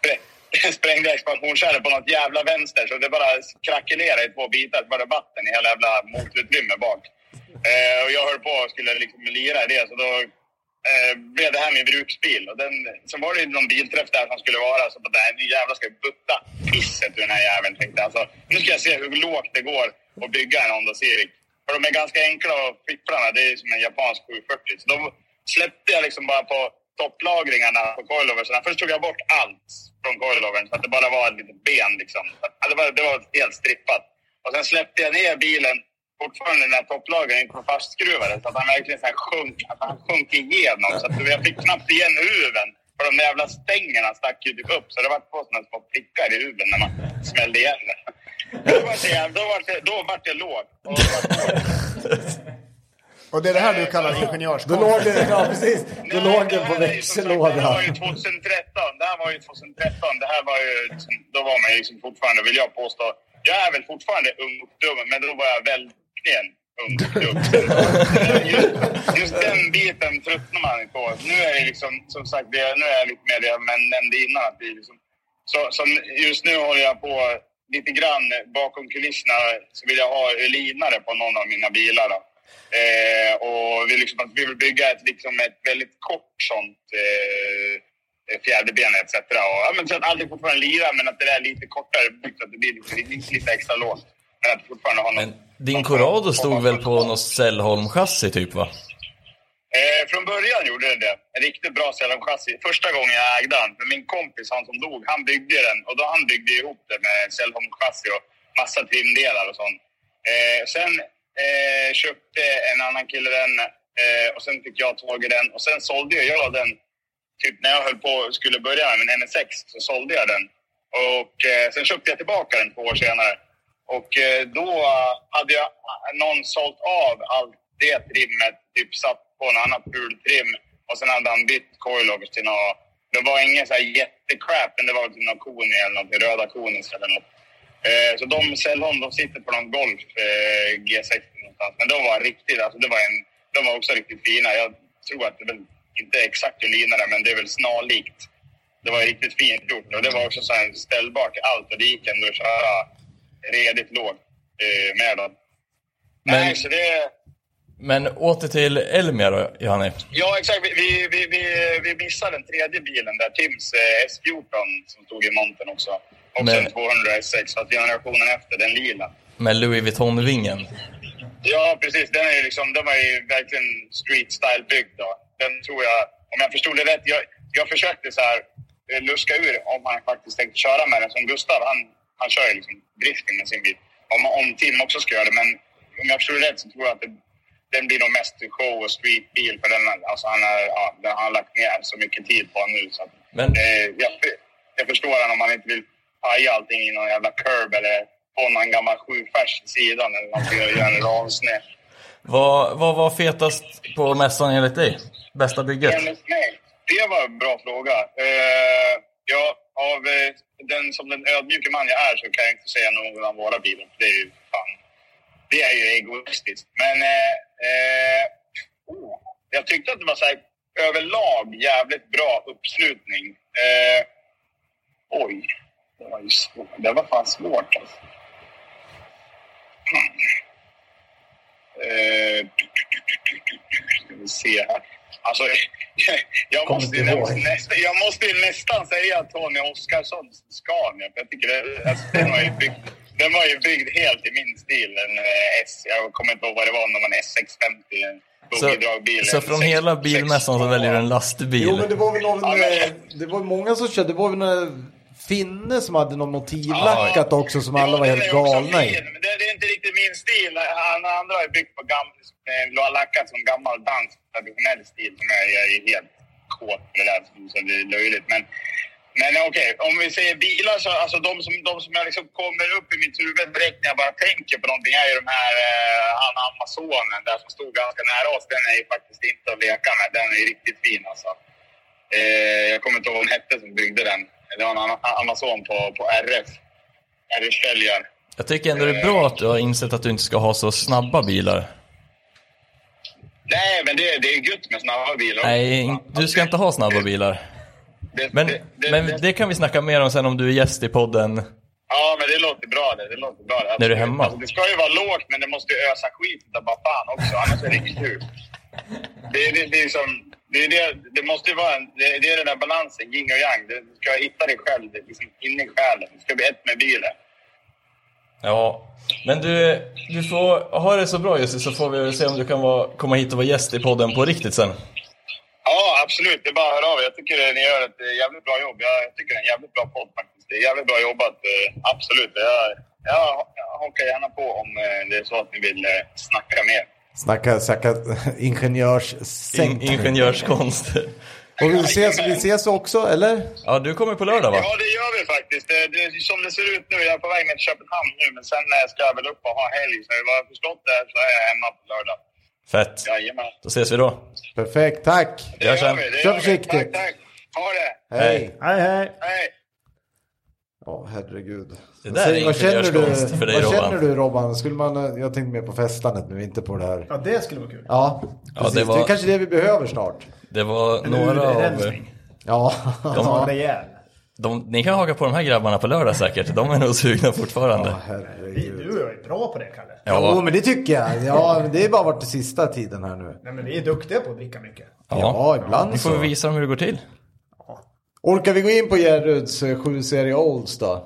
Speaker 6: sprä- sprängde expansionskärlet på något jävla vänster så det bara krackelerade i två bitar. Så var det vatten i hela jävla motorutrymme bak. Eh, och jag höll på och skulle liksom lira i det så då eh, blev det här min bruksbil. Och den, sen var det ju någon bilträff där som skulle vara. Så bara, nej nu jävlar ska jag butta pisset ur den här jäveln tänkte jag. Alltså, nu ska jag se hur lågt det går att bygga en Honda Civic. För de är ganska enkla att fipplarna. Det är ju som en japansk 740. Så de släppte jag liksom bara på topplagringarna på coiloversen. Först tog jag bort allt från coilovern så att det bara var ett litet ben liksom. Så att- Det var, det var helt strippat. Och sen släppte jag ner bilen fortfarande när topplagringen kom fastskruvade så att han verkligen så här sjönk, att han sjönk igenom. Så att jag fick knappt igen huven. För de där jävla stängerna stack ju typ upp så det var två sådana små prickar i huven när man smällde igen den. Då var det, jävla- då var det, då var det låg. Och då var det låg.
Speaker 7: Och det är det här du kallar
Speaker 1: Då
Speaker 7: ingenjörskonst.
Speaker 1: låg den, ja precis. Då
Speaker 6: Nej,
Speaker 1: låg
Speaker 6: det
Speaker 1: den
Speaker 6: här
Speaker 1: på
Speaker 6: är ju som sagt, Det här
Speaker 1: växellådan.
Speaker 6: var ju 2013. Det här var ju 2013. Det här var ju, liksom, då var man ju liksom fortfarande, vill jag påstå. Jag är väl fortfarande ung och dum, men då var jag verkligen ung och dum. Just, just den biten tröttnar man på. Nu är det liksom, som sagt, det, nu är jag lite mer det jag nämnde innan. Att det är liksom, så, som just nu håller jag på lite grann bakom kulisserna så vill jag ha linare på någon av mina bilar. Då. Eh, och vi, liksom, att vi vill bygga ett, liksom, ett väldigt kort sånt eh, fjärde ben etc. Och, ja, men, så att aldrig fortfarande lira men att det är lite kortare byggt så att det blir lite, lite extra låst. Men att fortfarande ha någon,
Speaker 3: Men din Corrado stod väl på något Sällholm-chassi typ va?
Speaker 6: Eh, från början gjorde den det. En riktigt bra Selhom-chassi. Första gången jag ägde den. För min kompis, han som dog, han byggde den. Och då han byggde ihop det med Selhom-chassi och massa trimdelar och sånt. Eh, sen eh, köpte en annan kille den eh, och sen fick jag tag i den. Och sen sålde jag den typ när jag höll på skulle börja med min NSX så sålde jag den. Och eh, sen köpte jag tillbaka den två år senare. Och eh, då eh, hade jag någon sålt av allt det trimmet, typ satt på en annan ful trim och sen hade han bytt coilovers till något. Det var ingen så här jättecrap, men det var typ någon koni eller någonting, röda konis eller något. Eh, så de Cellon, de sitter på någon Golf eh, G60 någonstans. Men de var riktigt, alltså det var en, de var också riktigt fina. Jag tror att det väl inte är exakt hur linorna, men det är väl snarlikt. Det var riktigt fint gjort och det var också så här ställbart till allt och det gick ändå att köra redigt lågt eh, med dem. Nej,
Speaker 3: Men-
Speaker 6: så det...
Speaker 3: Men åter till Elmia då, Johanne.
Speaker 6: Ja, exakt. Vi, vi, vi, vi, vi missade den tredje bilen där, Tims eh, S14 som stod i montern också. Också
Speaker 3: Men-
Speaker 6: en 200 S6, fast generationen efter, den lila.
Speaker 3: Med Louis Vuitton-vingen.
Speaker 6: Ja, precis. Den är ju liksom, den var ju verkligen street style byggd då. Den tror jag, om jag förstod det rätt, jag, jag försökte så här eh, luska ur om han faktiskt tänkte köra med den som Gustav, han, han kör ju liksom drifting med sin bil. Om, om Tim också ska göra det, men om jag förstod det rätt så tror jag att det, den blir nog mest show och streetbil för den, alltså han har, ja, den har han lagt ner så mycket tid på nu så att,
Speaker 3: Men-
Speaker 6: eh, jag, jag förstår honom om han inte vill paja allting i någon jävla curb eller på någon gammal sjufärs i sidan eller någonting och göra en ransnäs.
Speaker 3: Vad, vad var fetast på mässan enligt dig? Bästa bygget?
Speaker 6: Enligt mig? Det var en bra fråga. Eh, ja, av eh, den som den ödmjuke man jag är så kan jag inte säga någon om våra bilar. Det är ju fan. Det är ju egoistiskt. Men eh, eh, oh, jag tyckte att det var så här, överlag jävligt bra uppslutning. Eh, oj, det var ju svårt. Det var fan svårt alltså. Hmm. Eh, ska vi se här. Alltså, jag måste, ju nästan, jag måste ju nästan säga Tony Oscarssons Scania. För jag tycker det, alltså, den, var ju byggd, den var ju byggd helt i min stil. En, eh, S, jag kommer inte ihåg vad det var, någon S650. en
Speaker 3: Så,
Speaker 6: bogeydragbil,
Speaker 3: så
Speaker 6: en
Speaker 3: från
Speaker 6: sex-
Speaker 3: hela bilmässan så
Speaker 6: sex-
Speaker 3: väljer du
Speaker 1: Jo
Speaker 3: en
Speaker 1: men
Speaker 3: lastbil.
Speaker 1: det var väl någon,
Speaker 6: Ja, men-
Speaker 1: eh, det var många som körde, det var väl några finne som hade någon motivlackat också som alla var
Speaker 6: Jo,
Speaker 1: helt
Speaker 6: den är också
Speaker 1: galna i.
Speaker 6: fin, men Det, det är inte riktigt min stil. Han andra har ju byggt på gammal, eh, lackat som gammal dansk traditionell stil som jag, jag är helt kåt på det där. Så det är löjligt. Men Men okej, om vi säger bilar så alltså de som, de som jag liksom kommer upp i mitt huvud direkt när jag bara tänker på någonting är ju de här, eh, han Amazonen där som stod ganska nära oss. Den är ju faktiskt inte att leka med. Den är ju riktigt fin alltså. Eh, jag kommer inte ihåg vad hon hette som byggde den. Det var en ama- Amazon på, på RF. RF Kälgar.
Speaker 3: Jag tycker ändå det är bra att du har insett att du inte ska ha så snabba bilar.
Speaker 6: Nej, men det, det är gött med snabba bilar.
Speaker 3: Nej, in- du ska inte ha snabba bilar.
Speaker 6: Det-
Speaker 3: Men,
Speaker 6: det- det-
Speaker 3: men
Speaker 6: det-
Speaker 3: det kan vi snacka mer om sen om du är gäst i podden.
Speaker 6: Ja, men det låter bra det. det, låter bra, det.
Speaker 3: När du är hemma.
Speaker 6: Alltså, det ska ju vara lågt, men det måste ju ösa skit utav bara fan också. Annars är det inte kul. Det, är- det, det, är som, det, är det, det måste ju vara en, det, det är den där balansen, yin och yang. Du du ska hitta dig själv det är liksom in i själen. Du ska bli ett med bilen.
Speaker 3: Ja, men du, du får ha det så bra Jussi så får vi väl se om du kan vara, komma hit och vara gäst i podden på riktigt sen.
Speaker 6: Ja, absolut. Det är bara att höra av er. Jag tycker ni gör ett eh, jävligt bra jobb. Jag tycker det är en jävligt bra podd faktiskt. Det är jävligt bra jobbat. eh, Absolut. Jag, jag, jag hakar gärna på om eh, det är så att ni vill eh, snacka mer.
Speaker 1: Snacka, snacka ingenjörssänkt.
Speaker 3: In, ingenjörskonst.
Speaker 1: Och vi ses, vi ses också, eller?
Speaker 3: Ja, du kommer på lördag va?
Speaker 6: Ja, det gör vi faktiskt. Eh, Det, det, som det ser ut nu, jag är på väg ner till Köpenhamn nu, men sen eh, ska jag väl upp och ha helg. Så vad jag har förstått det här så är jag hemma på lördag.
Speaker 3: Fett.
Speaker 6: Jajamän.
Speaker 3: Då ses vi då.
Speaker 1: Perfekt, tack.
Speaker 6: Det
Speaker 3: Jag
Speaker 6: gör
Speaker 3: känner-
Speaker 6: vi. Det
Speaker 1: kör
Speaker 6: gör vi.
Speaker 1: försiktigt.
Speaker 6: Tack, tack. Ha det.
Speaker 1: Hej.
Speaker 2: Hej, hej.
Speaker 6: Hej.
Speaker 1: Ja, herregud.
Speaker 3: Det där är
Speaker 1: vad känner du,
Speaker 3: ingenjörskonst för dig
Speaker 1: vad
Speaker 3: Robban.
Speaker 1: känner du Robban? Skulle man, eh, jag tänkte mer på festandet nu, inte på det här.
Speaker 2: Ja, det skulle vara kul.
Speaker 1: Ja, precis.
Speaker 3: det
Speaker 1: det,
Speaker 3: var-
Speaker 1: är kanske det vi behöver snart.
Speaker 3: Det var några av...
Speaker 2: Urrensning.
Speaker 1: Ja,
Speaker 2: Ta rejäl.
Speaker 3: De, ni kan haka på de här grabbarna på lördag säkert. De är nog sugna
Speaker 1: Ja,
Speaker 3: fortfarande.
Speaker 2: Vi-
Speaker 1: herregud.
Speaker 2: Du och jag är bra på det, Kalle.
Speaker 1: Ja,
Speaker 3: Ja,
Speaker 1: men det tycker jag. Ja, det är bara varit den sista tiden här nu.
Speaker 2: Nej, men vi är duktiga på att dricka mycket.
Speaker 1: Ja,
Speaker 3: ja.
Speaker 1: ibland
Speaker 3: Ni får
Speaker 1: så.
Speaker 3: visa dem hur det går till.
Speaker 1: Orkar vi gå in på Gerruds 7-serie Olds då?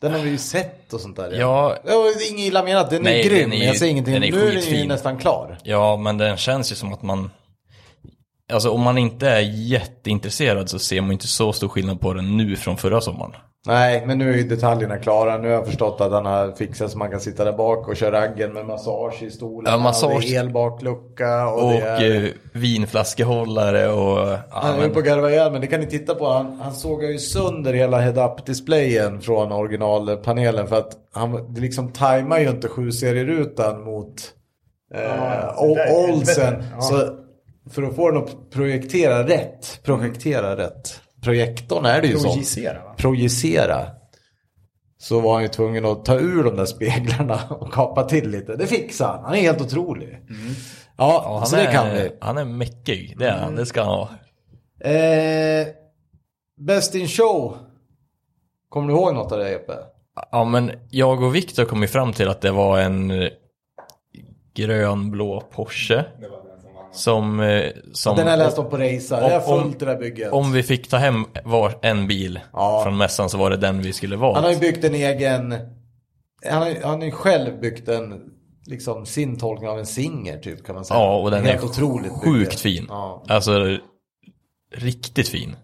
Speaker 1: Den har vi ju sett och sånt där.
Speaker 3: Ja.
Speaker 1: Det var inget illa menat, den
Speaker 3: Nej,
Speaker 1: är grym.
Speaker 3: den är ju-
Speaker 1: jag säger ingenting.
Speaker 3: den är
Speaker 1: nu är den ju
Speaker 3: skitfin.
Speaker 1: nästan klar.
Speaker 3: Ja, men den känns ju som att man... Alltså om man inte är jätteintresserad så ser man inte så stor skillnad på den nu från förra sommaren.
Speaker 1: Nej, men nu är ju detaljerna klara. Nu har jag förstått att han har fixat så man kan sitta där bak och köra raggen med massage i stolen.
Speaker 3: Ja, massage.
Speaker 1: Och det är elbaklucka och,
Speaker 3: Och
Speaker 1: det är...
Speaker 3: eh, vinflaskehållare och... Ja,
Speaker 1: Han höll
Speaker 3: men,
Speaker 1: på att garva ihjäl men det kan ni titta på. Han, han sågar ju sönder hela head-up-displayen från originalpanelen. För att han det liksom tajmar ju inte 7-serierutan mot eh,
Speaker 2: det där är
Speaker 1: o- Oldsen.
Speaker 2: helvete. Ja.
Speaker 1: Så för att få den att projektera rätt, projektera rätt. Projektorn är det ju sånt.
Speaker 2: Projicera, va?
Speaker 1: Projicera. Så var han ju tvungen att ta ur de där speglarna och kapa till lite. Det fixade han. Han är helt otrolig. Ja,
Speaker 3: Mm. ja, han,
Speaker 1: så det
Speaker 3: är,
Speaker 1: kan vi. Mm.
Speaker 3: han är mäckig, det är han. Det ska han ha.
Speaker 1: Eh, Best in show. Kommer du ihåg något av det Jeppe?
Speaker 3: Ja, men jag och Viktor kom ju fram till att det var en eh, grönblå Porsche. Som... eh, som
Speaker 1: Den har jag läst om på Racea. Det är
Speaker 3: om-
Speaker 1: fullt det där bygget.
Speaker 3: Om vi fick ta hem var en bil
Speaker 1: Ja.
Speaker 3: från mässan så var det den vi skulle
Speaker 1: han
Speaker 3: vara.
Speaker 1: har ju byggt en egen... Han har, han har ju själv byggt en... Liksom sin tolkning av en singer typ kan man säga.
Speaker 3: Ja, och den
Speaker 1: Helt
Speaker 3: är
Speaker 1: otroligt bygge.
Speaker 3: sjukt fin.
Speaker 1: Ja.
Speaker 3: Alltså, riktigt fin.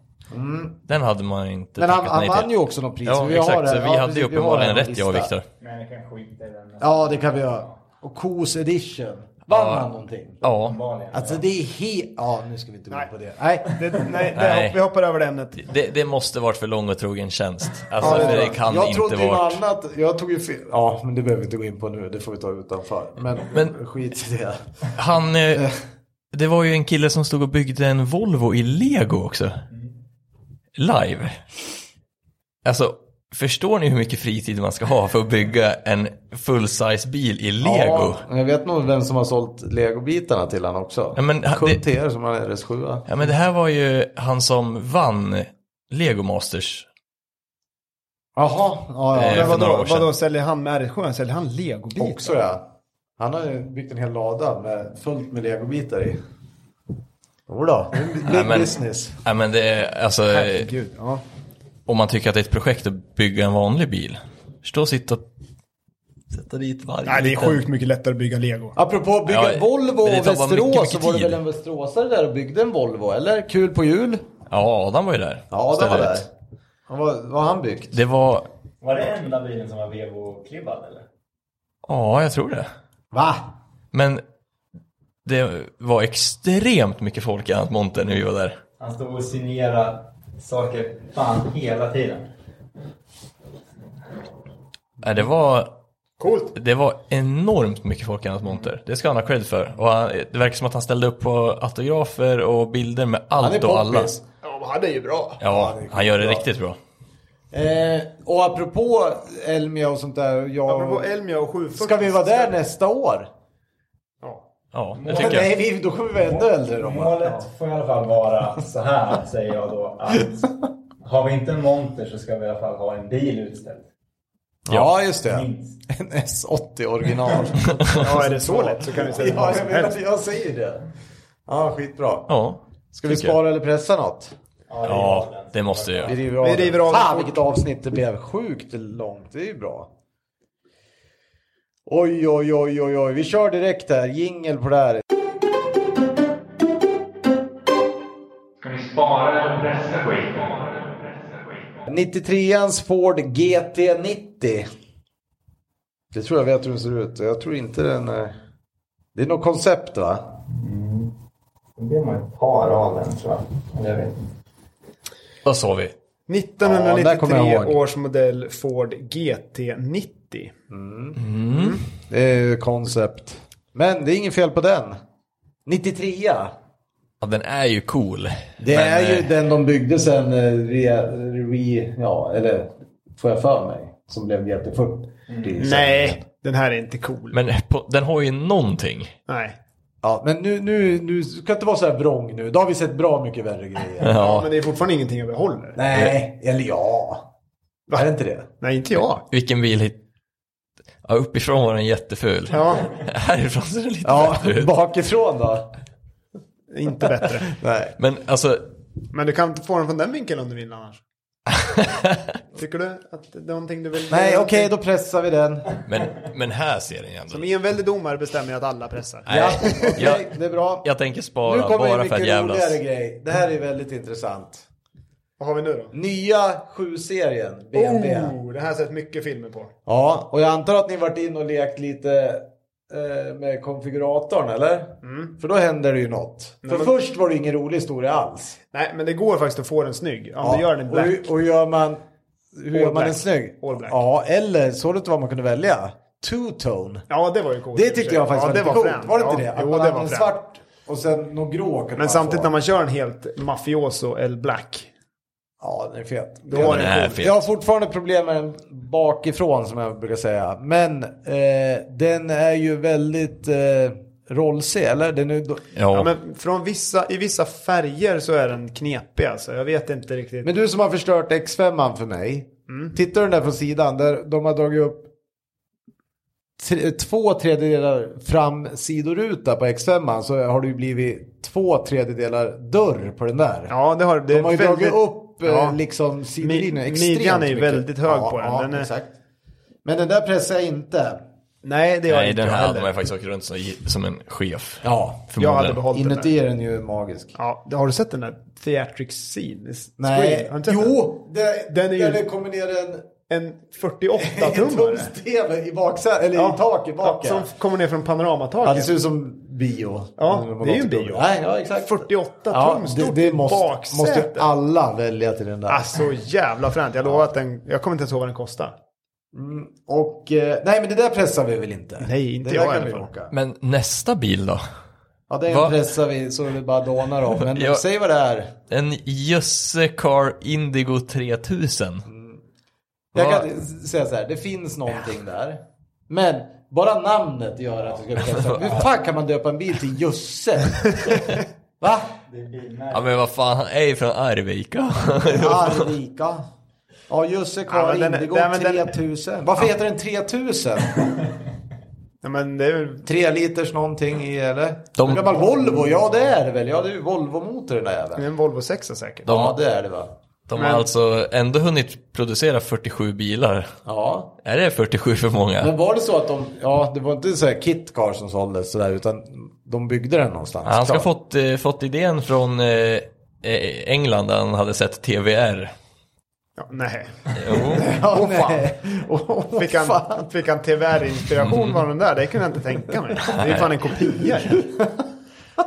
Speaker 3: Den hade man inte
Speaker 1: Mm. Men han,
Speaker 3: tackat
Speaker 1: han
Speaker 3: nej
Speaker 1: vann
Speaker 3: till.
Speaker 1: ju också något pris.
Speaker 3: Ja,
Speaker 1: vi
Speaker 3: exakt.
Speaker 1: har det.
Speaker 3: så vi
Speaker 1: Ja,
Speaker 3: hade
Speaker 1: precis,
Speaker 3: ju
Speaker 1: vi har
Speaker 3: uppenbarligen
Speaker 1: det.
Speaker 3: rätt, jag och Viktor.
Speaker 4: Men ni kan skita i den.
Speaker 1: Ja, det kan vi göra. Och Kos edition. Vann han någonting?
Speaker 3: Ja,
Speaker 1: Alltså det är helt... Ja, nu ska vi inte gå in på det. Nej.
Speaker 2: Det, nej, det,
Speaker 3: Nej.
Speaker 2: Vi hoppar över det ämnet.
Speaker 3: det, det måste varit för lång och trogen tjänst. Alltså,
Speaker 1: Ja, det
Speaker 3: för
Speaker 1: tror
Speaker 3: det
Speaker 1: jag.
Speaker 3: kan
Speaker 1: jag
Speaker 3: inte
Speaker 1: trodde ju
Speaker 3: varit...
Speaker 1: något annat. Jag tog ju fel. Ja, men det behöver vi inte gå in på nu. Det får vi ta utanför. Men,
Speaker 3: Men-
Speaker 1: skit i det.
Speaker 3: Han... eh, Det var ju en kille som stod och byggde en Volvo i Lego också. Live. Alltså, förstår ni hur mycket fritid man ska ha för att bygga en full-size bil i Lego?
Speaker 1: Ja, jag vet nog vem som har sålt legobitarna till han också.
Speaker 3: Ja, men han-
Speaker 1: Kund
Speaker 3: det-
Speaker 1: till er som har en RS7.
Speaker 3: Ja men det här var ju han som vann Lego Masters.
Speaker 1: Jaha, ja, ja.
Speaker 3: Eh,
Speaker 2: Men
Speaker 3: för några år
Speaker 2: vadå,
Speaker 3: sedan.
Speaker 2: vadå, säljer han med R7? Säljer han legobitar?
Speaker 1: också ja. Han har ju byggt en hel lada med fullt med legobitar i. Jodå, det är en big
Speaker 3: Ja, men-
Speaker 1: business.
Speaker 3: Ja men det är alltså, eh,
Speaker 2: Herregud, ja.
Speaker 3: om man tycker att det är ett projekt att bygga en vanlig bil. Förstå att sitta, sätta dit varje
Speaker 2: Nej, det är
Speaker 3: liten-
Speaker 2: sjukt mycket lättare att bygga lego.
Speaker 1: Apropå att bygga
Speaker 3: Ja,
Speaker 1: Volvo
Speaker 3: men det
Speaker 1: och
Speaker 3: tar bara
Speaker 1: Västerås
Speaker 3: mycket, mycket
Speaker 1: så var det
Speaker 3: tid.
Speaker 1: väl en västeråsare där och byggde en Volvo, eller? Kul på jul?
Speaker 3: Ja, Adam var ju där.
Speaker 1: Ja, det var
Speaker 3: Ställer
Speaker 1: där.
Speaker 3: ut.
Speaker 1: Han var, vad har han byggt?
Speaker 3: Det var,
Speaker 4: Var det enda bilen som var vevo-klibbad eller?
Speaker 3: ja jag tror det.
Speaker 1: Va?
Speaker 3: Men det var extremt mycket folk i hans monter när vi var där.
Speaker 4: Han stod och signerade saker fan hela tiden.
Speaker 3: Nej, Äh, det var...
Speaker 7: Coolt.
Speaker 3: Det var enormt mycket folk i hans monter. Det ska han ha cred för. Och han, det verkar som att han ställde upp på autografer och bilder med
Speaker 1: Han är
Speaker 3: allt och alla.
Speaker 1: poppis.
Speaker 7: Ja, men han är ju bra.
Speaker 3: Ja, han gör det riktigt bra.
Speaker 1: Eh, och apropå Elmia och sånt där. Jag...
Speaker 2: Apropå Elmia och 740.
Speaker 1: Ska vi vara där nästa år?
Speaker 2: Ja.
Speaker 3: Ja, det tycker jag.
Speaker 1: Nej, vi, då kommer vi vara ännu äldre då. va?
Speaker 4: Målet får i alla fall vara så här, säger jag då. Att har vi inte en monter så ska vi i alla fall ha en bil utställd.
Speaker 1: Ja, just det.
Speaker 4: Minst.
Speaker 1: En S80 original.
Speaker 2: ja, är det så lätt så kan vi säga
Speaker 1: ja,
Speaker 2: vad
Speaker 1: jag,
Speaker 2: som
Speaker 1: menar,
Speaker 2: helst.
Speaker 1: jag säger det. Ja, skitbra.
Speaker 3: Ja,
Speaker 1: Ska vi
Speaker 3: tycker jag.
Speaker 1: spara eller pressa något?
Speaker 4: det är
Speaker 3: Ja,
Speaker 4: valen.
Speaker 3: det måste jag
Speaker 1: Vi
Speaker 3: göra.
Speaker 1: river av,
Speaker 2: Vi river av
Speaker 1: det.
Speaker 2: det
Speaker 1: Fan
Speaker 2: fort.
Speaker 1: vilket avsnitt det blev. Sjukt långt. Det är ju bra. Oj, oj, oj, oj, oj. Vi kör direkt här. Jingel på det här.
Speaker 8: Ska vi spara eller pressa skiten?
Speaker 1: 93ans Ford GT90. Det tror jag vet hur den ser ut. Jag tror inte den är... Det är något koncept va?
Speaker 4: Då blir man ett par av den tror jag. Eller jag vet inte.
Speaker 3: Då sa vi.
Speaker 1: Ja, där kommer
Speaker 2: 1993
Speaker 1: jag ihåg.
Speaker 2: års modell Ford GT90.
Speaker 1: Det är ju koncept. Men det är inget fel på den. 93a.
Speaker 3: Ja, den är ju cool.
Speaker 1: Det
Speaker 3: Men,
Speaker 1: är ju
Speaker 3: eh,
Speaker 1: den de byggde sen eh, re, re, ja, eller får jag för mig, som blev jättefull. Mm.
Speaker 2: Nej, den här är inte cool.
Speaker 3: Men på, den har ju någonting.
Speaker 2: Nej.
Speaker 1: Ja, men nu, nu, nu ska inte vara så här vrång nu. Då har vi sett bra mycket värre grejer.
Speaker 2: Ja,
Speaker 3: Ja,
Speaker 2: men det är fortfarande ingenting jag behåller.
Speaker 1: Nej, eller ja.
Speaker 2: Va?
Speaker 1: Är det inte det?
Speaker 2: Nej, inte jag.
Speaker 3: vilken bil hit... Ja, uppifrån var den jätteful.
Speaker 2: Ja,
Speaker 3: Härifrån ser den lite
Speaker 1: Ja,
Speaker 3: bättre ut.
Speaker 1: bakifrån då?
Speaker 2: inte bättre.
Speaker 1: Nej.
Speaker 3: Men alltså,
Speaker 2: Men du kan inte få den från den vinkeln om du vill annars. Tycker du att det är någonting du vill?
Speaker 1: Nej, okej, då pressar vi den.
Speaker 3: men, men här ser den ju ändå.
Speaker 2: Som enväldig domare bestämmer jag att alla pressar.
Speaker 3: Nej,
Speaker 1: Ja, okej,
Speaker 3: jag,
Speaker 1: det är bra.
Speaker 3: jag tänker
Speaker 1: nu
Speaker 3: spara
Speaker 1: kommer en
Speaker 3: bara för att
Speaker 1: mycket
Speaker 3: jävlas.
Speaker 1: roligare grej. Det här är väldigt intressant.
Speaker 2: Vad har vi nu då?
Speaker 1: Nya 7-serien, BMW.
Speaker 2: Oh, det här har jag sett mycket filmer på.
Speaker 1: Ja, och jag antar att ni varit in och lekt lite eh, med konfiguratorn, eller? För då händer det ju något. För
Speaker 2: Mm. men-
Speaker 1: först var det ingen rolig historia alls.
Speaker 2: Nej, men det går faktiskt att få den snygg. Om
Speaker 1: Ja,
Speaker 2: du gör den i
Speaker 1: och,
Speaker 2: black.
Speaker 1: hur- och gör man, hur
Speaker 2: All
Speaker 1: gör man
Speaker 2: black.
Speaker 1: den snygg?
Speaker 2: All black.
Speaker 1: Ja, eller såg du inte vad man kunde välja? Two-tone.
Speaker 2: Ja, det var ju coolt. i
Speaker 1: Det
Speaker 2: och för
Speaker 1: tyckte
Speaker 2: sig.
Speaker 1: jag faktiskt
Speaker 2: ja,
Speaker 1: var lite coolt.
Speaker 2: fränt.
Speaker 1: Var det inte
Speaker 2: Ja,
Speaker 1: det? Att
Speaker 2: Jo,
Speaker 1: man
Speaker 2: det
Speaker 1: hade
Speaker 2: var
Speaker 1: en
Speaker 2: fränt.
Speaker 1: svart och sen någon grå kunde
Speaker 2: Men samtidigt
Speaker 1: få.
Speaker 2: när man kör en helt mafioso eller black.
Speaker 1: Ja, den är fet.
Speaker 2: Då var
Speaker 3: men
Speaker 2: det
Speaker 3: det här är
Speaker 2: coolt.
Speaker 3: fet.
Speaker 1: Jag har fortfarande problem med den bakifrån som jag brukar säga. Men eh, den är ju väldigt eh, rollsig, eller? Den är, då-
Speaker 3: Ja,
Speaker 2: Ja, men från vissa, i vissa färger så är den knepig alltså. Jag vet inte riktigt.
Speaker 1: Men du som har förstört X5 för mig.
Speaker 2: Mm.
Speaker 1: Tittar du den där från sidan där de har dragit upp tre, två tredjedelar fram sidoruta på X5 så har det ju blivit två tredjedelar dörr på den där.
Speaker 2: ja, det har det.
Speaker 1: de har ju
Speaker 2: är väldigt-
Speaker 1: dragit upp eh,
Speaker 2: Ja.
Speaker 1: liksom sidolinjen
Speaker 2: Mi-
Speaker 1: extremt
Speaker 2: midjan är ju
Speaker 1: mycket.
Speaker 2: väldigt hög på den.
Speaker 1: Ja,
Speaker 2: Den är-
Speaker 1: exakt. Men den där pressar jag inte.
Speaker 2: Nej, det gör
Speaker 3: nej,
Speaker 2: inte
Speaker 3: den
Speaker 2: jag
Speaker 3: här hade
Speaker 2: heller.
Speaker 3: man ju faktiskt åkt runt som, som en chef.
Speaker 1: Ja.
Speaker 2: Jag hade
Speaker 3: förmodligen.
Speaker 2: behållit den.
Speaker 1: Inuti är den ju magisk.
Speaker 2: där. Ja, det- har du sett den där Theatric Scene?
Speaker 1: Nej,
Speaker 2: Screen? Har du inte sett
Speaker 1: jo, det,
Speaker 2: Den är ju-
Speaker 1: där det kommer ner en,
Speaker 2: Den? En
Speaker 1: en
Speaker 2: 48-tummare.
Speaker 1: tums-tv i baksätet, eller i taket bak.
Speaker 2: Som kommer ner från panoramataket.
Speaker 1: Ja, det ser ut som bio.
Speaker 2: Ja, det är ju en bio.
Speaker 1: Nej, ja, exakt.
Speaker 2: 48
Speaker 1: ja,
Speaker 2: tum
Speaker 1: det,
Speaker 2: stort
Speaker 1: det måste,
Speaker 2: baksäte.
Speaker 1: måste ju alla välja till den där.
Speaker 2: Alltså jävla fränt. Jag lovar att den, jag kommer inte ens ihåg vad den kostar.
Speaker 1: Och, eh, nej, men det där pressar vi väl inte?
Speaker 2: Nej, inte
Speaker 1: det
Speaker 2: jag
Speaker 1: där
Speaker 2: i
Speaker 1: kan vi
Speaker 2: alla fall.
Speaker 1: åka.
Speaker 3: Men nästa bil då?
Speaker 1: Ja, den
Speaker 3: Va?
Speaker 1: pressar vi så det bara dånar om. Men
Speaker 3: Ja.
Speaker 1: säg vad det är.
Speaker 3: En Jösse Car Indigo 3000.
Speaker 1: Jag
Speaker 3: Va?
Speaker 1: kan s- säga så här, det finns någonting där. Men bara namnet gör att du ska pressa. Hur fan kan man döpa en bil till Jösse? Va?
Speaker 4: Det är bilmärken.
Speaker 3: Ja men vad fan, han är ju från Arvika.
Speaker 1: Arvika. Ja, Jösse
Speaker 2: Ja,
Speaker 1: Karl
Speaker 2: men den-
Speaker 1: Indigo
Speaker 2: nej, men den-
Speaker 1: 3000. Varför heter den 3000?
Speaker 2: Ja, men det är väl
Speaker 1: Tre liters någonting i eller?
Speaker 3: De-
Speaker 1: En gammal Volvo, ja det är det väl. Ja det är ju Volvo-motor den där jäveln.
Speaker 2: en Volvo 6 säkert.
Speaker 1: Ja det är det va.
Speaker 3: De har
Speaker 2: Men-
Speaker 3: alltså ändå hunnit producera 47 bilar.
Speaker 1: Ja.
Speaker 3: Är det 47 för många?
Speaker 1: Men var det så att de, ja det var inte så här kitcar som såldes sådär utan de byggde den någonstans.
Speaker 3: Han ska ha
Speaker 1: klart.
Speaker 3: fått, eh, fått idén från eh, eh, England där han hade sett TVR.
Speaker 2: Ja, nej.
Speaker 3: Jo.
Speaker 1: Ja,
Speaker 2: Åh, fan.
Speaker 1: nej. Åh,
Speaker 2: Fick han,
Speaker 1: fan.
Speaker 2: fick han TVR-inspiration från den där? Det kunde jag inte tänka mig. Det är fan en kopia.
Speaker 3: Nej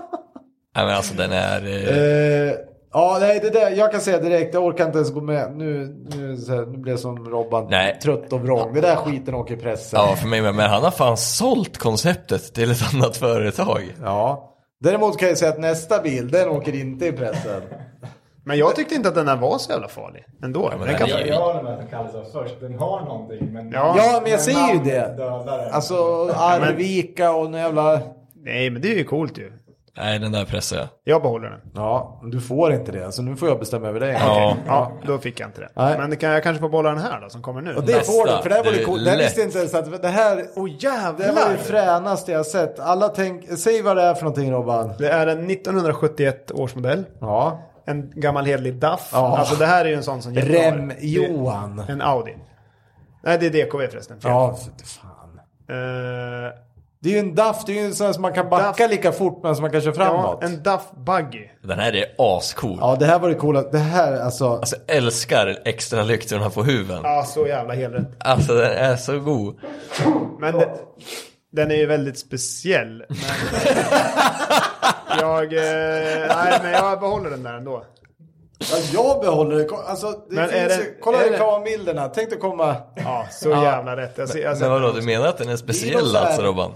Speaker 3: men alltså den är... Eh,
Speaker 1: Eh, Ja, nej, det där, jag kan säga direkt, jag orkar inte ens gå med. Nu, nu, så här, nu blir jag som Robban,
Speaker 3: Nej.
Speaker 1: trött och vrång. Det där skiten åker i pressen.
Speaker 3: Ja, för mig med. Men han har fan sålt konceptet till ett annat företag.
Speaker 1: Ja. Däremot kan jag säga att nästa bil, den åker inte i pressen.
Speaker 2: Men jag tyckte inte att den här var så jävla farlig ändå.
Speaker 3: men
Speaker 2: den
Speaker 3: den
Speaker 2: kan...
Speaker 3: är
Speaker 2: ja,
Speaker 3: ju-
Speaker 4: Jag, jag håller med att Kalle sa först, den har någonting men...
Speaker 1: Ja, men jag säger ju
Speaker 4: namnet
Speaker 1: det.
Speaker 4: dödar den.
Speaker 1: Alltså Arvika och någon jävla...
Speaker 2: Nej, men det är ju coolt ju.
Speaker 3: Nej, den där pressar jag.
Speaker 2: Jag behåller den.
Speaker 1: Ja, du får inte det. Så nu får jag bestämma över dig.
Speaker 3: Ja.
Speaker 2: Ja, då fick jag inte det.
Speaker 1: Nej.
Speaker 2: Men det kan, jag kanske får bolla den här då, som kommer nu.
Speaker 1: Och det
Speaker 3: Nästa.
Speaker 1: får du, för det här var
Speaker 3: Det
Speaker 1: det
Speaker 3: är
Speaker 1: coolt. Det här
Speaker 3: lätt.
Speaker 1: visste jag inte ens att det här...
Speaker 2: Åh
Speaker 1: Det här var det
Speaker 2: jävlar!
Speaker 1: fränaste jag sett. Alla tänk... Säg vad det är för någonting Robban.
Speaker 2: Det är en 1971 års modell.
Speaker 1: Ja.
Speaker 2: En gammal hederlig DAF.
Speaker 1: Ja.
Speaker 2: Alltså det här är ju en sån som Jeppe har.
Speaker 1: Rem-Johan.
Speaker 2: En Audi. Nej, det är DKV förresten. Fel.
Speaker 1: Ja, för fan.
Speaker 2: Eh,
Speaker 1: Det är ju en DAF, det är ju en sån här som man kan backa
Speaker 2: DAF.
Speaker 1: lika fort men som man kan köra
Speaker 2: ja,
Speaker 1: framåt. Ja,
Speaker 2: en DAF Buggy.
Speaker 3: Den här är ascool.
Speaker 1: det här var det coola. Det här alltså...
Speaker 3: Alltså älskar extra lyktorna på huven.
Speaker 2: Ja, så jävla helrätt.
Speaker 3: Alltså den är så god.
Speaker 2: Men det, den är ju väldigt speciell. Men jag, eh, nej, men jag behåller den där ändå.
Speaker 1: Ja, jag behåller det. Ko- Alltså, det
Speaker 2: Men är
Speaker 1: finns
Speaker 2: det-
Speaker 1: ju, kolla
Speaker 2: är det-
Speaker 1: reklambilderna. Tänk dig komma...
Speaker 2: Ja, så jävla rätt. Jag, ser- alltså, jag,
Speaker 3: Men
Speaker 2: ser-
Speaker 3: vadå, du menar att den är
Speaker 1: Det är nog
Speaker 3: speciell
Speaker 1: så här-
Speaker 3: alltså Robban?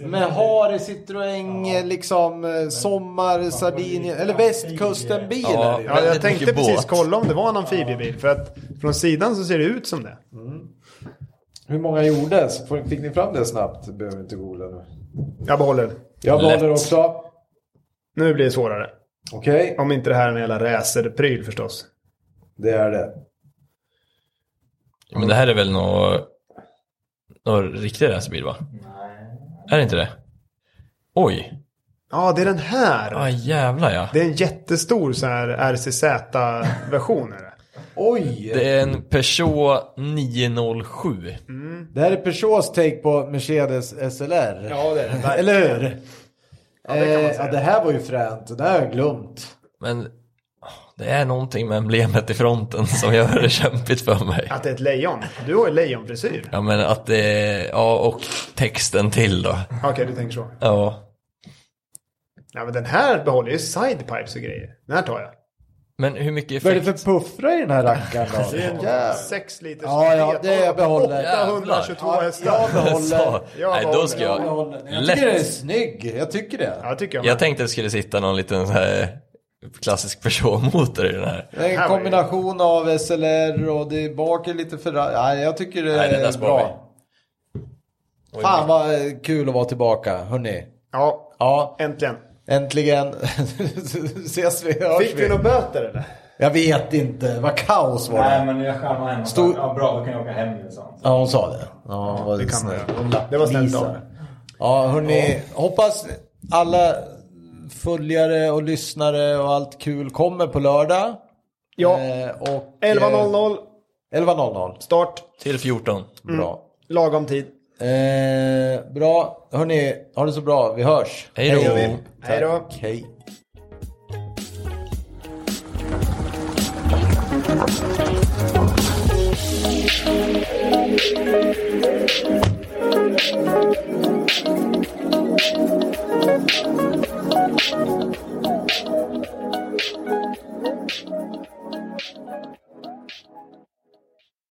Speaker 1: Med hare, Citroën, liksom eh, sommar, Sardinien eller västkusten-bil.
Speaker 3: Ja.
Speaker 1: är det ju.
Speaker 2: ja, jag
Speaker 3: väldigt
Speaker 2: tänkte
Speaker 3: mycket båt.
Speaker 2: precis kolla om det var en amfibiebil. För att från sidan så ser det ut som det.
Speaker 1: Hur många gjordes? Får- Fick ni fram det snabbt? Det Behöver inte googla nu.
Speaker 2: Jag behåller den.
Speaker 1: Jag
Speaker 3: Lätt.
Speaker 1: behåller också.
Speaker 2: Nu blir det svårare.
Speaker 1: Okej,
Speaker 2: Om inte det här är en jävla racerpryl förstås.
Speaker 1: det är det.
Speaker 3: Men det här är väl nå... Någon riktig racerbil va? Är det inte det? Oj!
Speaker 2: Ja, det är den här.
Speaker 3: Ja jävlar ja.
Speaker 2: Det är en jättestor så här RCZ-version. Är det.
Speaker 1: Oj! Det,
Speaker 3: Det är en Peugeot 907.
Speaker 1: här är Peugeots take på Mercedes SLR.
Speaker 2: Ja, det är det.
Speaker 1: Eller hur? Ja,
Speaker 2: det kan man
Speaker 1: det,
Speaker 2: säga.
Speaker 1: ja, det här var ju fränt. Det här har jag glömt.
Speaker 3: Men åh, det är någonting med emblemet i fronten som gör det kämpigt för mig.
Speaker 2: Att det är ett lejon. Du har ju lejonfrisyr.
Speaker 3: Ja men att det är... Ja och texten till då.
Speaker 2: Okej, du tänker så.
Speaker 3: Ja.
Speaker 2: Ja, men den här behåller ju sidepipes och grejer. Den här tar jag.
Speaker 3: Men hur mycket
Speaker 1: Vad är det
Speaker 3: effekt?
Speaker 1: för puffra i den här rackaren då?
Speaker 2: Yeah. 6 liters
Speaker 1: Ja, ja, det jag behåller.
Speaker 2: 822
Speaker 1: Ja,
Speaker 2: hästar.
Speaker 1: jag behåller.
Speaker 3: Sa-
Speaker 2: Jag
Speaker 3: Nej
Speaker 2: håller,
Speaker 3: då ska
Speaker 1: Jag
Speaker 3: jag...
Speaker 1: håller- Jag
Speaker 3: Lätt.
Speaker 1: tycker den är snygg. Jag tycker det.
Speaker 2: Ja, tycker jag.
Speaker 3: Jag tänkte att det skulle sitta någon liten så här klassisk Peugeot-motor i den här.
Speaker 1: Det är
Speaker 2: här
Speaker 1: en
Speaker 2: var ju-
Speaker 1: kombination av SLR och det är bak är lite för... Ja, jag tycker det
Speaker 3: Nej, den där
Speaker 1: är
Speaker 3: sparar
Speaker 1: bra.
Speaker 3: Oj,
Speaker 1: Fan vad eh, kul att vara tillbaka, hörni.
Speaker 2: Ja,
Speaker 1: Ja,
Speaker 2: äntligen.
Speaker 1: äntligen. Ses vi, hörs
Speaker 2: Fick vi några böter eller?
Speaker 1: Jag vet inte, vad kaos var
Speaker 4: Nej
Speaker 1: det.
Speaker 4: men jag charmar henne.
Speaker 1: Stor-
Speaker 4: Ja bra, då kan jag åka hem liksom. nu sa han.
Speaker 1: Ja, hon sa det. Ja, hon var
Speaker 2: det kan man
Speaker 1: snäll.
Speaker 2: göra.
Speaker 1: Hon lappvisar.
Speaker 2: Det var snällt av henne.
Speaker 1: Ja, hörni. Hoppas alla följare och lyssnare och allt kul kommer på lördag.
Speaker 2: Ja.
Speaker 1: Eh, och, eh,
Speaker 2: 11.00
Speaker 1: 11.00.
Speaker 2: start.
Speaker 3: Till 14.
Speaker 2: Mm.
Speaker 1: Bra.
Speaker 2: Lagom tid.
Speaker 1: Eh, bra. Hörni, ha det så bra. Vi hörs.
Speaker 3: Hej då.
Speaker 2: Hej då.
Speaker 1: Tack. Hej.